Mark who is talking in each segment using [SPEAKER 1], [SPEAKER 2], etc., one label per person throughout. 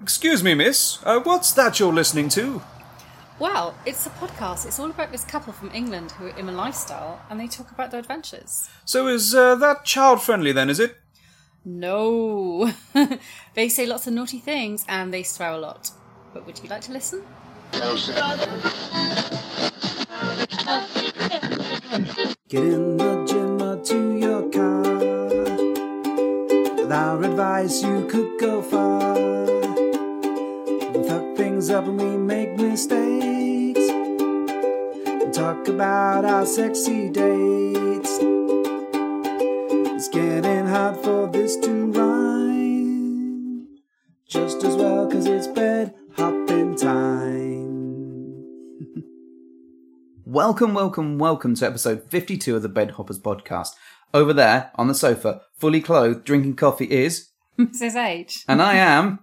[SPEAKER 1] Excuse me, miss. Uh, what's that you're listening to?
[SPEAKER 2] Well, it's a podcast. It's all about this couple from England who are in a lifestyle and they talk about their adventures.
[SPEAKER 1] So is uh, that child friendly then, is it?
[SPEAKER 2] No. they say lots of naughty things and they swear a lot. But would you like to listen?
[SPEAKER 3] Get in the gym or to your car. With our advice, you could go far. We fuck things up and we make mistakes. And talk about our sexy dates. It's getting hard for this to rhyme. Just as well, cause it's bed hopping time.
[SPEAKER 4] Welcome, welcome, welcome to episode 52 of the Bed Hoppers podcast. Over there on the sofa, fully clothed, drinking coffee is,
[SPEAKER 2] Mrs. H.
[SPEAKER 4] and I am.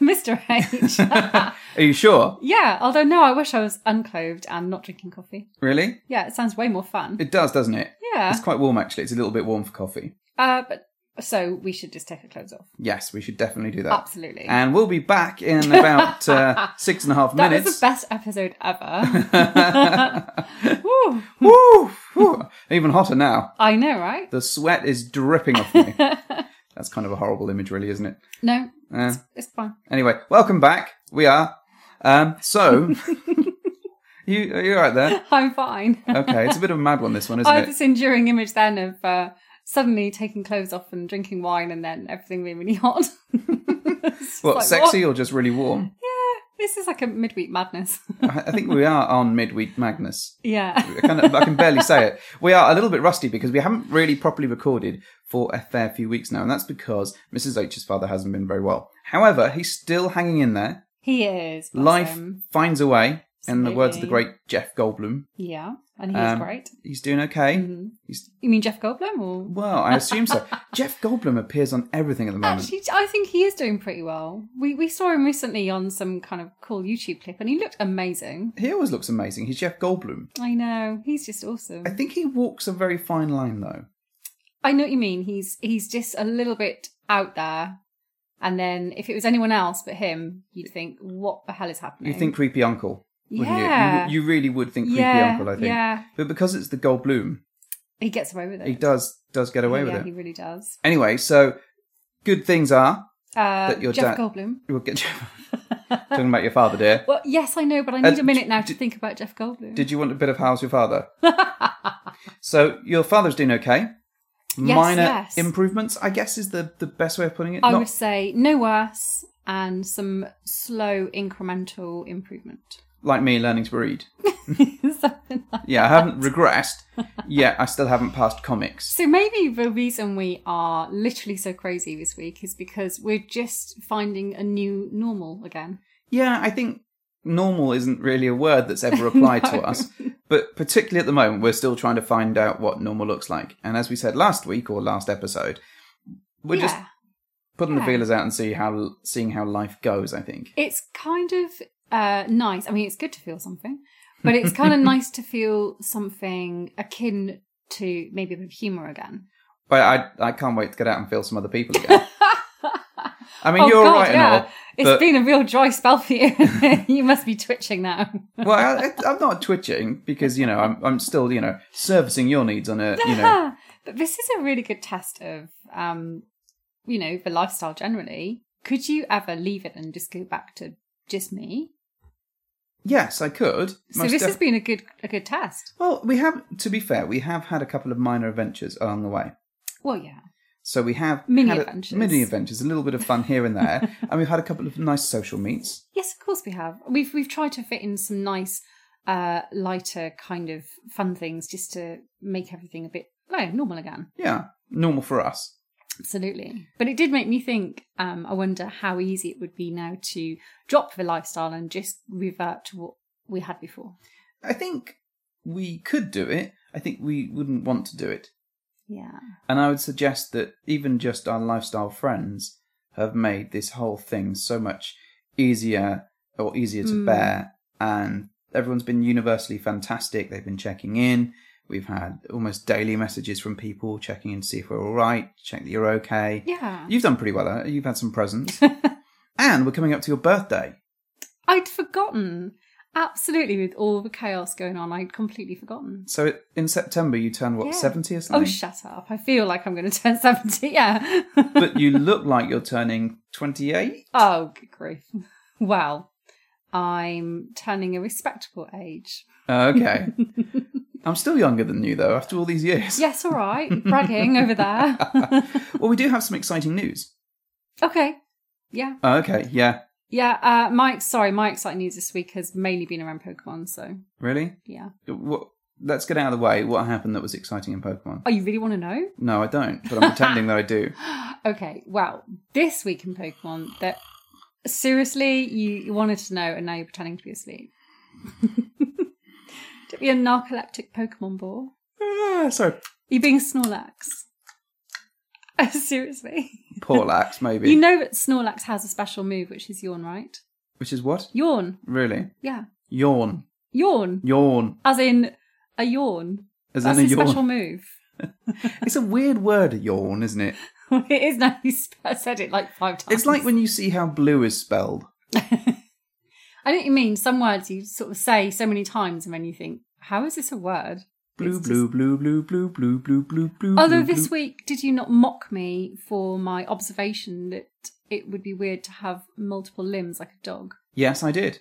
[SPEAKER 2] Mr. H.
[SPEAKER 4] Are you sure?
[SPEAKER 2] yeah, although no, I wish I was unclothed and not drinking coffee.
[SPEAKER 4] Really?
[SPEAKER 2] Yeah, it sounds way more fun.
[SPEAKER 4] It does, doesn't it?
[SPEAKER 2] Yeah.
[SPEAKER 4] It's quite warm, actually. It's a little bit warm for coffee.
[SPEAKER 2] Uh, but so we should just take our clothes off.
[SPEAKER 4] Yes, we should definitely do that.
[SPEAKER 2] Absolutely.
[SPEAKER 4] And we'll be back in about uh, six and a half
[SPEAKER 2] that
[SPEAKER 4] minutes.
[SPEAKER 2] was the best episode ever. Woo.
[SPEAKER 4] Woo! Woo! Even hotter now.
[SPEAKER 2] I know, right?
[SPEAKER 4] The sweat is dripping off me. That's kind of a horrible image, really, isn't it?
[SPEAKER 2] No,
[SPEAKER 4] Uh,
[SPEAKER 2] it's fine.
[SPEAKER 4] anyway, welcome back. We are. Um, so, you you're right there.
[SPEAKER 2] I'm fine.
[SPEAKER 4] Okay, it's a bit of a mad one, this one,
[SPEAKER 2] I
[SPEAKER 4] isn't
[SPEAKER 2] had
[SPEAKER 4] it?
[SPEAKER 2] this enduring image then of uh, suddenly taking clothes off and drinking wine and then everything being really hot. It's just
[SPEAKER 4] What,
[SPEAKER 2] like,
[SPEAKER 4] sexy or just really warm?
[SPEAKER 2] This is like a midweek madness.
[SPEAKER 4] I I think we are on midweek Magnus.
[SPEAKER 2] yeah.
[SPEAKER 4] I, kind of, I can barely say it. We are a little bit rusty because we haven't really properly recorded for a fair few weeks now, and that's because Mrs. H's father hasn't been very well. However, he's still hanging in there.
[SPEAKER 2] He is. bless
[SPEAKER 4] Life
[SPEAKER 2] him.
[SPEAKER 4] finds a way, in the words of the
[SPEAKER 2] Absolutely.
[SPEAKER 4] great Jeff Goldblum.
[SPEAKER 2] Yeah. And he
[SPEAKER 4] Um,
[SPEAKER 2] is great.
[SPEAKER 4] He's doing okay.
[SPEAKER 2] Mm-hmm.
[SPEAKER 4] He's
[SPEAKER 2] You mean Jeff Goldblum or?
[SPEAKER 4] well, I assume so. Jeff Goldblum appears on everything at the moment.
[SPEAKER 2] Actually, I think he is doing pretty well. We we saw him recently on some kind of cool YouTube clip, and he looked amazing.
[SPEAKER 4] he always looks amazing. He's Jeff Goldblum.
[SPEAKER 2] I know he's just awesome.
[SPEAKER 4] I think he walks a very fine line, though.
[SPEAKER 2] I know what you mean. He's he's just a little bit out there. And then if it was anyone else but him, you'd think, what the hell is happening?
[SPEAKER 4] You think creepy uncle, wouldn't you?
[SPEAKER 2] Yeah.
[SPEAKER 4] you? You really would think creepy
[SPEAKER 2] yeah,
[SPEAKER 4] uncle. I think,
[SPEAKER 2] yeah,
[SPEAKER 4] but because it's the Goldblum,
[SPEAKER 2] he gets away with it.
[SPEAKER 4] he does does get away
[SPEAKER 2] yeah,
[SPEAKER 4] with it.
[SPEAKER 2] he really does.
[SPEAKER 4] Anyway, so good things are
[SPEAKER 2] Uh,
[SPEAKER 4] That your
[SPEAKER 2] Jeff
[SPEAKER 4] dad-
[SPEAKER 2] Goldblum.
[SPEAKER 4] we'll get talking about your father, dear.
[SPEAKER 2] Well, yes, I know, but I need
[SPEAKER 4] Uh,
[SPEAKER 2] a minute now to think about Jeff Goldblum.
[SPEAKER 4] Did you want a bit of how's your father? so your father's doing okay. Minor
[SPEAKER 2] yes.
[SPEAKER 4] improvements, I guess, is the, the best way of putting it.
[SPEAKER 2] I
[SPEAKER 4] Not-
[SPEAKER 2] would say no worse and some slow incremental improvement.
[SPEAKER 4] like me learning to read.
[SPEAKER 2] Something like-
[SPEAKER 4] Yeah, I haven't regressed yet. I still haven't passed comics.
[SPEAKER 2] So maybe the reason we are literally so crazy this week is because we're just finding a new normal again.
[SPEAKER 4] Yeah, I think normal isn't really a word that's ever applied to us. But particularly at the moment, we're still trying to find out what normal looks like. And as we said last week or last episode, we're
[SPEAKER 2] yeah.
[SPEAKER 4] just putting
[SPEAKER 2] Yeah.
[SPEAKER 4] the feelers out and see how seeing how life goes. I think
[SPEAKER 2] it's kind of uh, nice. I mean, it's good to feel something, but it's kind of nice to feel something akin to maybe a bit of humour again.
[SPEAKER 4] But I I can't wait to get out and feel some other people again. I mean,
[SPEAKER 2] oh
[SPEAKER 4] you're
[SPEAKER 2] God,
[SPEAKER 4] right
[SPEAKER 2] yeah.
[SPEAKER 4] and all. but-
[SPEAKER 2] It's been a real dry spell for you. you must be twitching now.
[SPEAKER 4] Well, I, I- I'm not twitching because you know I'm I'm still you know servicing your needs on a you know
[SPEAKER 2] but this is a really good test of, um, you know, the lifestyle generally. Could you ever leave it and just go back to just me?
[SPEAKER 4] yes I could.
[SPEAKER 2] So
[SPEAKER 4] most
[SPEAKER 2] this has
[SPEAKER 4] def-
[SPEAKER 2] been a good a good test.
[SPEAKER 4] well we have to be fair we have had a couple of minor adventures along the way.
[SPEAKER 2] Well, yeah,
[SPEAKER 4] So we have
[SPEAKER 2] Mini
[SPEAKER 4] had a-
[SPEAKER 2] adventures.
[SPEAKER 4] mini adventures, a little bit of fun here and there, and we've had a couple of nice social meets.
[SPEAKER 2] Yes, of course we have. We've we've tried to fit in some nice, uh, lighter kind of fun things just to make everything a bit no, normal again.
[SPEAKER 4] Yeah, normal for us.
[SPEAKER 2] Absolutely. But it did make me think. Um, I wonder how easy it would be now to drop the lifestyle and just revert to what we had before.
[SPEAKER 4] I think we could do it. I think we wouldn't want to do it.
[SPEAKER 2] Yeah.
[SPEAKER 4] And I would suggest that even just our lifestyle friends have made this whole thing so much easier or easier to
[SPEAKER 2] Mm.
[SPEAKER 4] bear. And everyone's been universally fantastic. They've been checking in. We've had almost daily messages from people checking in to see if we're all right, check that you're okay.
[SPEAKER 2] Yeah.
[SPEAKER 4] You've done pretty well. uh, You've had some presents. and we're coming up to your birthday.
[SPEAKER 2] I'd forgotten. Absolutely, with all the chaos going on, I'd completely forgotten.
[SPEAKER 4] So in September, you turn what
[SPEAKER 2] Yeah.
[SPEAKER 4] seventy or something.
[SPEAKER 2] Oh, shut up. I feel like I'm going to turn 70. Yeah.
[SPEAKER 4] but you look like you're turning twenty-eight.
[SPEAKER 2] oh, good grief. Well, I'm turning a respectable age.
[SPEAKER 4] Oh, Okay. I'm still younger than you though. After all these years.
[SPEAKER 2] Yes, all right. Bragging over there.
[SPEAKER 4] well, we do have some exciting news. Oh,
[SPEAKER 2] okay. Yeah.
[SPEAKER 4] Okay. Yeah.
[SPEAKER 2] Yeah. Uh, Mike, sorry, my exciting news this week has mainly been around Pokemon. So,
[SPEAKER 4] Really?
[SPEAKER 2] yeah.
[SPEAKER 4] What? Let's get out of the way. What happened that was exciting in Pokemon?
[SPEAKER 2] Oh, you really want to know?
[SPEAKER 4] No, I don't. But I'm pretending that I do.
[SPEAKER 2] Okay. Well, this week in Pokemon, that seriously, you, you wanted to know and now you're pretending to be asleep. Don't be a narcoleptic Pokemon ball.
[SPEAKER 4] Ah, sorry.
[SPEAKER 2] You being Snorlax? Seriously?
[SPEAKER 4] Poor Lax, maybe.
[SPEAKER 2] You know that Snorlax has a special move, which is yawn, right?
[SPEAKER 4] Which is what?
[SPEAKER 2] Yawn.
[SPEAKER 4] Really?
[SPEAKER 2] Yeah.
[SPEAKER 4] Yawn.
[SPEAKER 2] Yawn.
[SPEAKER 4] Yawn.
[SPEAKER 2] As in a yawn.
[SPEAKER 4] As
[SPEAKER 2] That's
[SPEAKER 4] in a
[SPEAKER 2] his
[SPEAKER 4] yawn.
[SPEAKER 2] special move.
[SPEAKER 4] It's a weird word, yawn, isn't it?
[SPEAKER 2] it is now you sp- said it like five times.
[SPEAKER 4] It's like when you see how blue is spelled.
[SPEAKER 2] I know what you mean. Some words you sort of say so many times and then you think, how is this a word?
[SPEAKER 4] Blue,
[SPEAKER 2] It's
[SPEAKER 4] blue, blue, blue, blue, blue, blue, blue, blue.
[SPEAKER 2] Although
[SPEAKER 4] blue,
[SPEAKER 2] this
[SPEAKER 4] blue.
[SPEAKER 2] week, did you not mock me for my observation that it would be weird to have multiple limbs like a dog?
[SPEAKER 4] Yes, I did.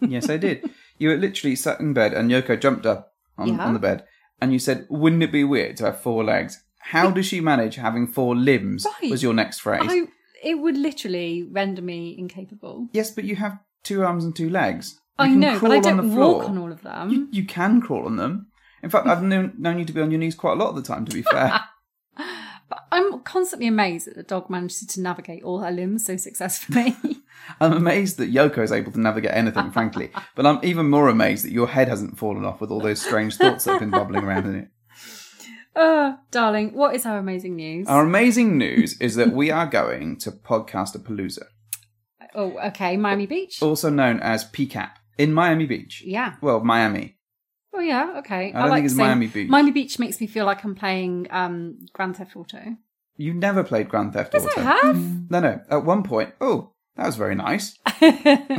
[SPEAKER 4] yes, I did. You were literally sat in bed and Yoko jumped up on,
[SPEAKER 2] Yeah.
[SPEAKER 4] on the bed and you said, Wouldn't it be weird to have four legs? How does she manage having four limbs?
[SPEAKER 2] Right.
[SPEAKER 4] Was your next phrase.
[SPEAKER 2] I, it would literally render me incapable.
[SPEAKER 4] Yes, but you have two arms and two legs. You
[SPEAKER 2] I
[SPEAKER 4] can
[SPEAKER 2] know, but
[SPEAKER 4] crawl
[SPEAKER 2] I
[SPEAKER 4] on
[SPEAKER 2] don't
[SPEAKER 4] the floor.
[SPEAKER 2] walk on all of them.
[SPEAKER 4] You, you can crawl on them. In fact, I've known, known you to be on your knees quite a lot of the time, to be fair.
[SPEAKER 2] But I'm constantly amazed that the dog manages to navigate all her limbs so successfully.
[SPEAKER 4] I'm amazed that Yoko is able to navigate anything, frankly. But I'm even more amazed that your head hasn't fallen off with all those strange thoughts that have been bubbling around in it.
[SPEAKER 2] oh, darling, what is our amazing news?
[SPEAKER 4] Our amazing news is that we are going to Podcaster Palooza,
[SPEAKER 2] oh, okay, Miami Beach.
[SPEAKER 4] also known as PCAP, in Miami Beach.
[SPEAKER 2] Yeah.
[SPEAKER 4] Well, Miami.
[SPEAKER 2] Oh, yeah, okay.
[SPEAKER 4] I don't think it's
[SPEAKER 2] saying-
[SPEAKER 4] Miami Beach.
[SPEAKER 2] Miami Beach makes me feel like I'm playing um, Grand Theft Auto.
[SPEAKER 4] You never played Grand Theft
[SPEAKER 2] Yes,
[SPEAKER 4] Auto.
[SPEAKER 2] I have.
[SPEAKER 4] No, no. At one point, oh, that was very nice.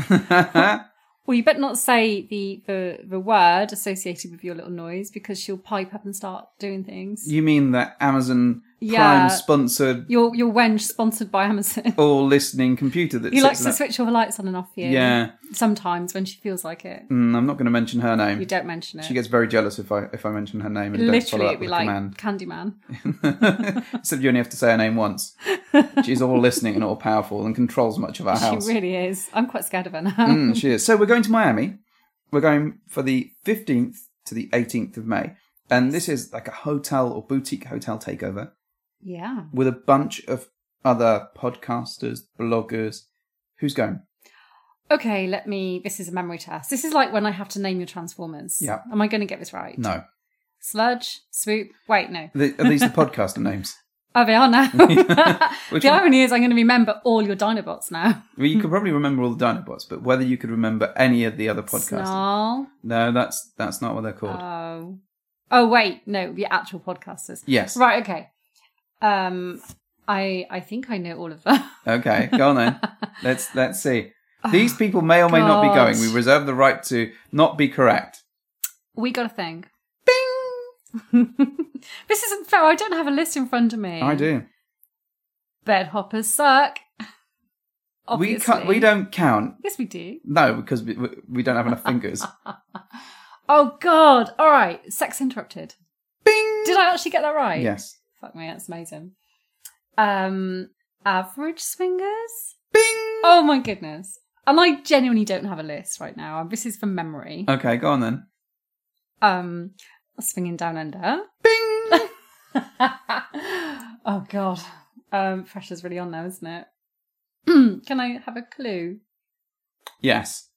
[SPEAKER 2] Well, you better not say the, the, the word associated with your little noise because she'll pipe up and start doing things.
[SPEAKER 4] You mean that Amazon
[SPEAKER 2] Yeah.
[SPEAKER 4] Prime sponsored
[SPEAKER 2] Your, your wench sponsored by Amazon.
[SPEAKER 4] all listening computer that
[SPEAKER 2] He likes
[SPEAKER 4] sits
[SPEAKER 2] to
[SPEAKER 4] in that-
[SPEAKER 2] switch all the lights on and off for you.
[SPEAKER 4] Yeah.
[SPEAKER 2] Sometimes when she feels like it.
[SPEAKER 4] Mm, I'm not going to mention her name.
[SPEAKER 2] You don't mention it.
[SPEAKER 4] She gets very jealous if I if I mention her name and don't follow
[SPEAKER 2] Literally,
[SPEAKER 4] up
[SPEAKER 2] it'd be
[SPEAKER 4] with
[SPEAKER 2] like
[SPEAKER 4] a
[SPEAKER 2] Candyman.
[SPEAKER 4] command. Except you only have to say her name once. She's all listening and all powerful and controls much of our house.
[SPEAKER 2] She really is. I'm quite scared of her now.
[SPEAKER 4] Mm, she is. So we're going to Miami. We're going for the 15th to the 18th of May. And this is like a hotel or boutique hotel takeover
[SPEAKER 2] Yeah.
[SPEAKER 4] with a bunch of other podcasters, bloggers. Who's going?
[SPEAKER 2] Okay, let me. This is a memory test. This is like when I have to name your Transformers.
[SPEAKER 4] Yeah.
[SPEAKER 2] Am I going to get this right?
[SPEAKER 4] No.
[SPEAKER 2] Sludge, Swoop. Wait, no.
[SPEAKER 4] The, are these the podcaster names?
[SPEAKER 2] Oh, they are now.
[SPEAKER 4] Which
[SPEAKER 2] the
[SPEAKER 4] one?
[SPEAKER 2] irony is, I'm going to remember all your Dinobots now.
[SPEAKER 4] Well, you could probably remember all the Dinobots, but whether you could remember any of the other podcasters.
[SPEAKER 2] Snarl.
[SPEAKER 4] No, that's that's not what they're called.
[SPEAKER 2] Oh. Oh wait, no, the actual podcasters.
[SPEAKER 4] yes.
[SPEAKER 2] Right. Okay. Um, I I think I know all of them.
[SPEAKER 4] Okay, go on then. let's let's see. These people may or may not be
[SPEAKER 2] God.
[SPEAKER 4] going. We reserve the right to not be correct.
[SPEAKER 2] We got a thing. Bing! this isn't fair. I don't have a list in front of me.
[SPEAKER 4] I do.
[SPEAKER 2] Bedhoppers suck. Obviously.
[SPEAKER 4] We can't, we don't count.
[SPEAKER 2] Yes, we do.
[SPEAKER 4] No, because we, we- we don't have enough fingers.
[SPEAKER 2] Oh, God. All right. Sex interrupted. Bing! Did I actually get that right?
[SPEAKER 4] yes.
[SPEAKER 2] Fuck me. That's amazing. Um, average swingers? Bing! Oh, my goodness. And I genuinely don't have a list right now. This is from memory.
[SPEAKER 4] Okay, go on then.
[SPEAKER 2] um swinging down under bing oh god um pressure's really on now isn't it can i have a clue
[SPEAKER 4] Yes.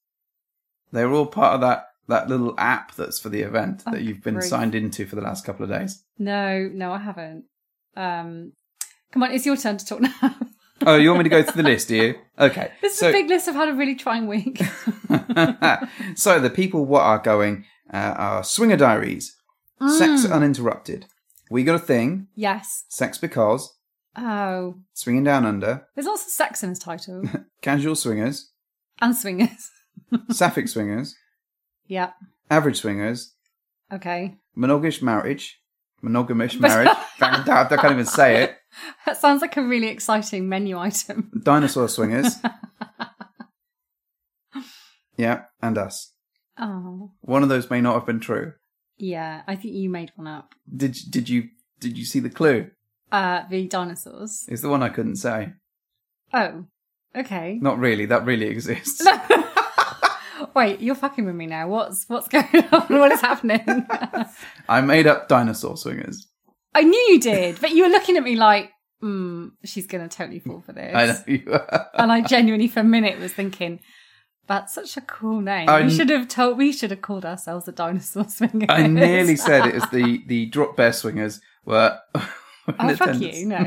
[SPEAKER 4] They're all part of that that little app that's for the event that
[SPEAKER 2] Oh,
[SPEAKER 4] you've been
[SPEAKER 2] great.
[SPEAKER 4] signed into for the last couple of days.
[SPEAKER 2] no no i haven't um come on it's your turn to talk now
[SPEAKER 4] Oh, you want me to go through the list, do you? Okay.
[SPEAKER 2] this is
[SPEAKER 4] so-
[SPEAKER 2] a big list i've had a really trying week
[SPEAKER 4] so the people what are going uh, are Swinger
[SPEAKER 2] Mm.
[SPEAKER 4] Diaries, Sex Uninterrupted, We Got a Thing,
[SPEAKER 2] yes
[SPEAKER 4] Sex Because,
[SPEAKER 2] Oh,
[SPEAKER 4] Swinging Down Under,
[SPEAKER 2] there's lots of sex in his title
[SPEAKER 4] Casual Swingers,
[SPEAKER 2] and swingers.
[SPEAKER 4] Sapphic Swingers,
[SPEAKER 2] Yeah.
[SPEAKER 4] Average Swingers,
[SPEAKER 2] Okay.
[SPEAKER 4] Monogamish Marriage, Monogamish Marriage, I can't even say it,
[SPEAKER 2] That sounds like a really exciting menu item.
[SPEAKER 4] Dinosaur Swingers. yeah, and us.
[SPEAKER 2] Oh,
[SPEAKER 4] One of those may not have been true.
[SPEAKER 2] yeah. I think you made one up.
[SPEAKER 4] Did did you did you see the clue?
[SPEAKER 2] Uh, the dinosaurs.
[SPEAKER 4] It's the one I couldn't say.
[SPEAKER 2] Oh, okay.
[SPEAKER 4] Not really. That really exists.
[SPEAKER 2] Wait, you're fucking with me now. What's what's going on? What is happening?
[SPEAKER 4] I made up dinosaur swingers.
[SPEAKER 2] I knew you did, but you were looking at me like, mm, she's gonna totally fall for this.
[SPEAKER 4] I know you are.
[SPEAKER 2] and I genuinely, for a minute, was thinking, that's such a cool name.
[SPEAKER 4] I-
[SPEAKER 2] we should have told. We should have called ourselves the Dinosaur Swingers.
[SPEAKER 4] I nearly said it as the the drop bear swingers were.
[SPEAKER 2] Oh fuck you! No,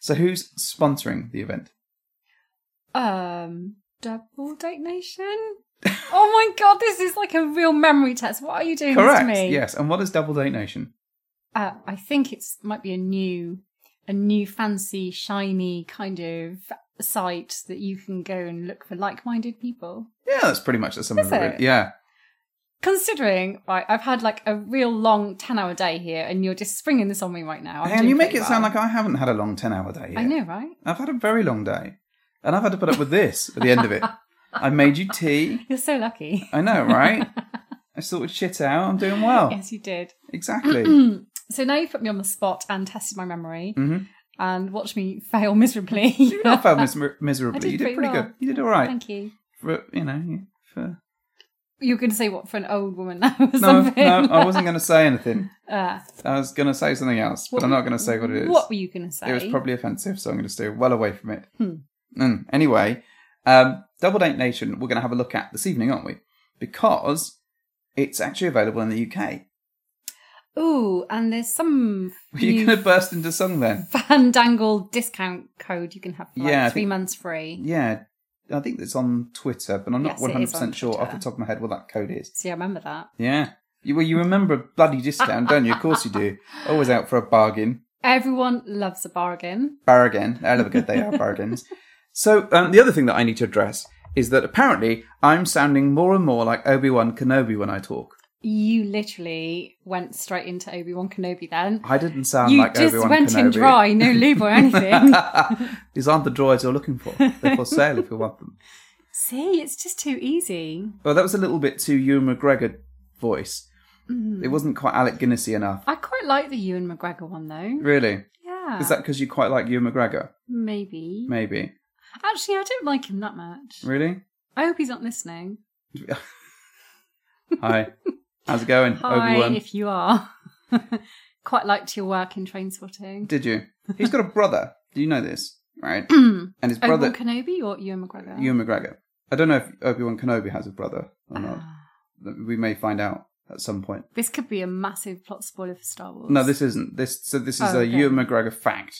[SPEAKER 4] So who's sponsoring the event?
[SPEAKER 2] um, double date nation. Oh my god, this is like a real memory test. What are you doing this
[SPEAKER 4] Correct.
[SPEAKER 2] to me?
[SPEAKER 4] Yes. And what is Double Date Nation?
[SPEAKER 2] uh, I think it's might be a new, a new fancy, shiny kind of site that you can go and look for like-minded people.
[SPEAKER 4] Yeah, that's pretty much the sum
[SPEAKER 2] Is
[SPEAKER 4] of
[SPEAKER 2] it?
[SPEAKER 4] it. Yeah.
[SPEAKER 2] Considering, right, I've had like a real long ten-hour day here, and you're just springing this on me right now. I'm
[SPEAKER 4] and
[SPEAKER 2] doing
[SPEAKER 4] you make
[SPEAKER 2] pretty
[SPEAKER 4] it sound
[SPEAKER 2] well.
[SPEAKER 4] like I haven't had a long ten hour day. Yet.
[SPEAKER 2] I know, right?
[SPEAKER 4] I've had a very long day, and I've had to put up with this at the end of it. I made you tea.
[SPEAKER 2] You're so lucky.
[SPEAKER 4] I know, right? I sorted shit out. I'm doing well.
[SPEAKER 2] Yes, you did.
[SPEAKER 4] Exactly.
[SPEAKER 2] So now you've put me on the spot and tested my memory
[SPEAKER 4] Mhm.
[SPEAKER 2] and watched me fail miserably.
[SPEAKER 4] you not failed mis- miserably.
[SPEAKER 2] I did
[SPEAKER 4] you did
[SPEAKER 2] pretty
[SPEAKER 4] pretty
[SPEAKER 2] well.
[SPEAKER 4] good. You did all right.
[SPEAKER 2] Thank you.
[SPEAKER 4] For, you know, you- for
[SPEAKER 2] You're going to say what for an old woman now or
[SPEAKER 4] no,
[SPEAKER 2] something?
[SPEAKER 4] no, I wasn't going to say anything.
[SPEAKER 2] Uh,
[SPEAKER 4] I was going to say something else, but
[SPEAKER 2] What
[SPEAKER 4] I'm
[SPEAKER 2] were-
[SPEAKER 4] not going to say what it is.
[SPEAKER 2] what were you going to say?
[SPEAKER 4] It was probably offensive, so I'm going to stay well away from it.
[SPEAKER 2] Hmm.
[SPEAKER 4] Mm. Anyway, um, Double Date Nation, we're going to have a look at this evening, aren't we? Because it's actually available in the UK.
[SPEAKER 2] Ooh, and there's some
[SPEAKER 4] Were you
[SPEAKER 2] new
[SPEAKER 4] going to burst into song then?
[SPEAKER 2] Fandangle discount code you can have for like
[SPEAKER 4] Yeah, I
[SPEAKER 2] three
[SPEAKER 4] think-
[SPEAKER 2] months free.
[SPEAKER 4] Yeah, I think it's on Twitter, but I'm not
[SPEAKER 2] Yes, it is on
[SPEAKER 4] 100% sure off the
[SPEAKER 2] Twitter.
[SPEAKER 4] top of my head what that code is.
[SPEAKER 2] See, I remember that.
[SPEAKER 4] Yeah. You, well, you remember a bloody discount, don't you? Of course you do. Always out for a bargain.
[SPEAKER 2] Everyone loves a bargain.
[SPEAKER 4] bargain. I love a good day out bargains. So um, the other thing that I need to address is that apparently I'm sounding more and more like Obi Wan Kenobi when I talk.
[SPEAKER 2] You literally went straight into Obi Wan Kenobi then.
[SPEAKER 4] I didn't sound
[SPEAKER 2] you
[SPEAKER 4] like
[SPEAKER 2] just
[SPEAKER 4] Obi Wan
[SPEAKER 2] went
[SPEAKER 4] Kenobi.
[SPEAKER 2] in dry, no lube or anything.
[SPEAKER 4] These aren't the droids you're looking for. They're for sale if you want them.
[SPEAKER 2] See, it's just too easy.
[SPEAKER 4] Well, that was a little bit too Ewan McGregor voice.
[SPEAKER 2] Mm.
[SPEAKER 4] It wasn't quite Alec Guinnessy enough.
[SPEAKER 2] I quite like the Ewan McGregor one though.
[SPEAKER 4] Really?
[SPEAKER 2] Yeah.
[SPEAKER 4] Is that because you quite like Ewan McGregor?
[SPEAKER 2] maybe?
[SPEAKER 4] Maybe.
[SPEAKER 2] Actually, I don't like him that much.
[SPEAKER 4] Really?
[SPEAKER 2] I hope he's not listening.
[SPEAKER 4] Hi. How's it going,
[SPEAKER 2] Hi,
[SPEAKER 4] Obi Wan?
[SPEAKER 2] if you are. quite liked your work in Trainspotting.
[SPEAKER 4] Did you? He's got a brother. Do you know this? Right?
[SPEAKER 2] Obi
[SPEAKER 4] And his brother.
[SPEAKER 2] Wan Kenobi or Ewan McGregor?
[SPEAKER 4] Ewan McGregor. I don't know if Obi Wan Kenobi has a brother or not.
[SPEAKER 2] Ah,
[SPEAKER 4] we may find out at some point.
[SPEAKER 2] this could be a massive plot spoiler for Star Wars.
[SPEAKER 4] No, this isn't. This so this is
[SPEAKER 2] Oh,
[SPEAKER 4] a
[SPEAKER 2] okay.
[SPEAKER 4] Ewan McGregor fact.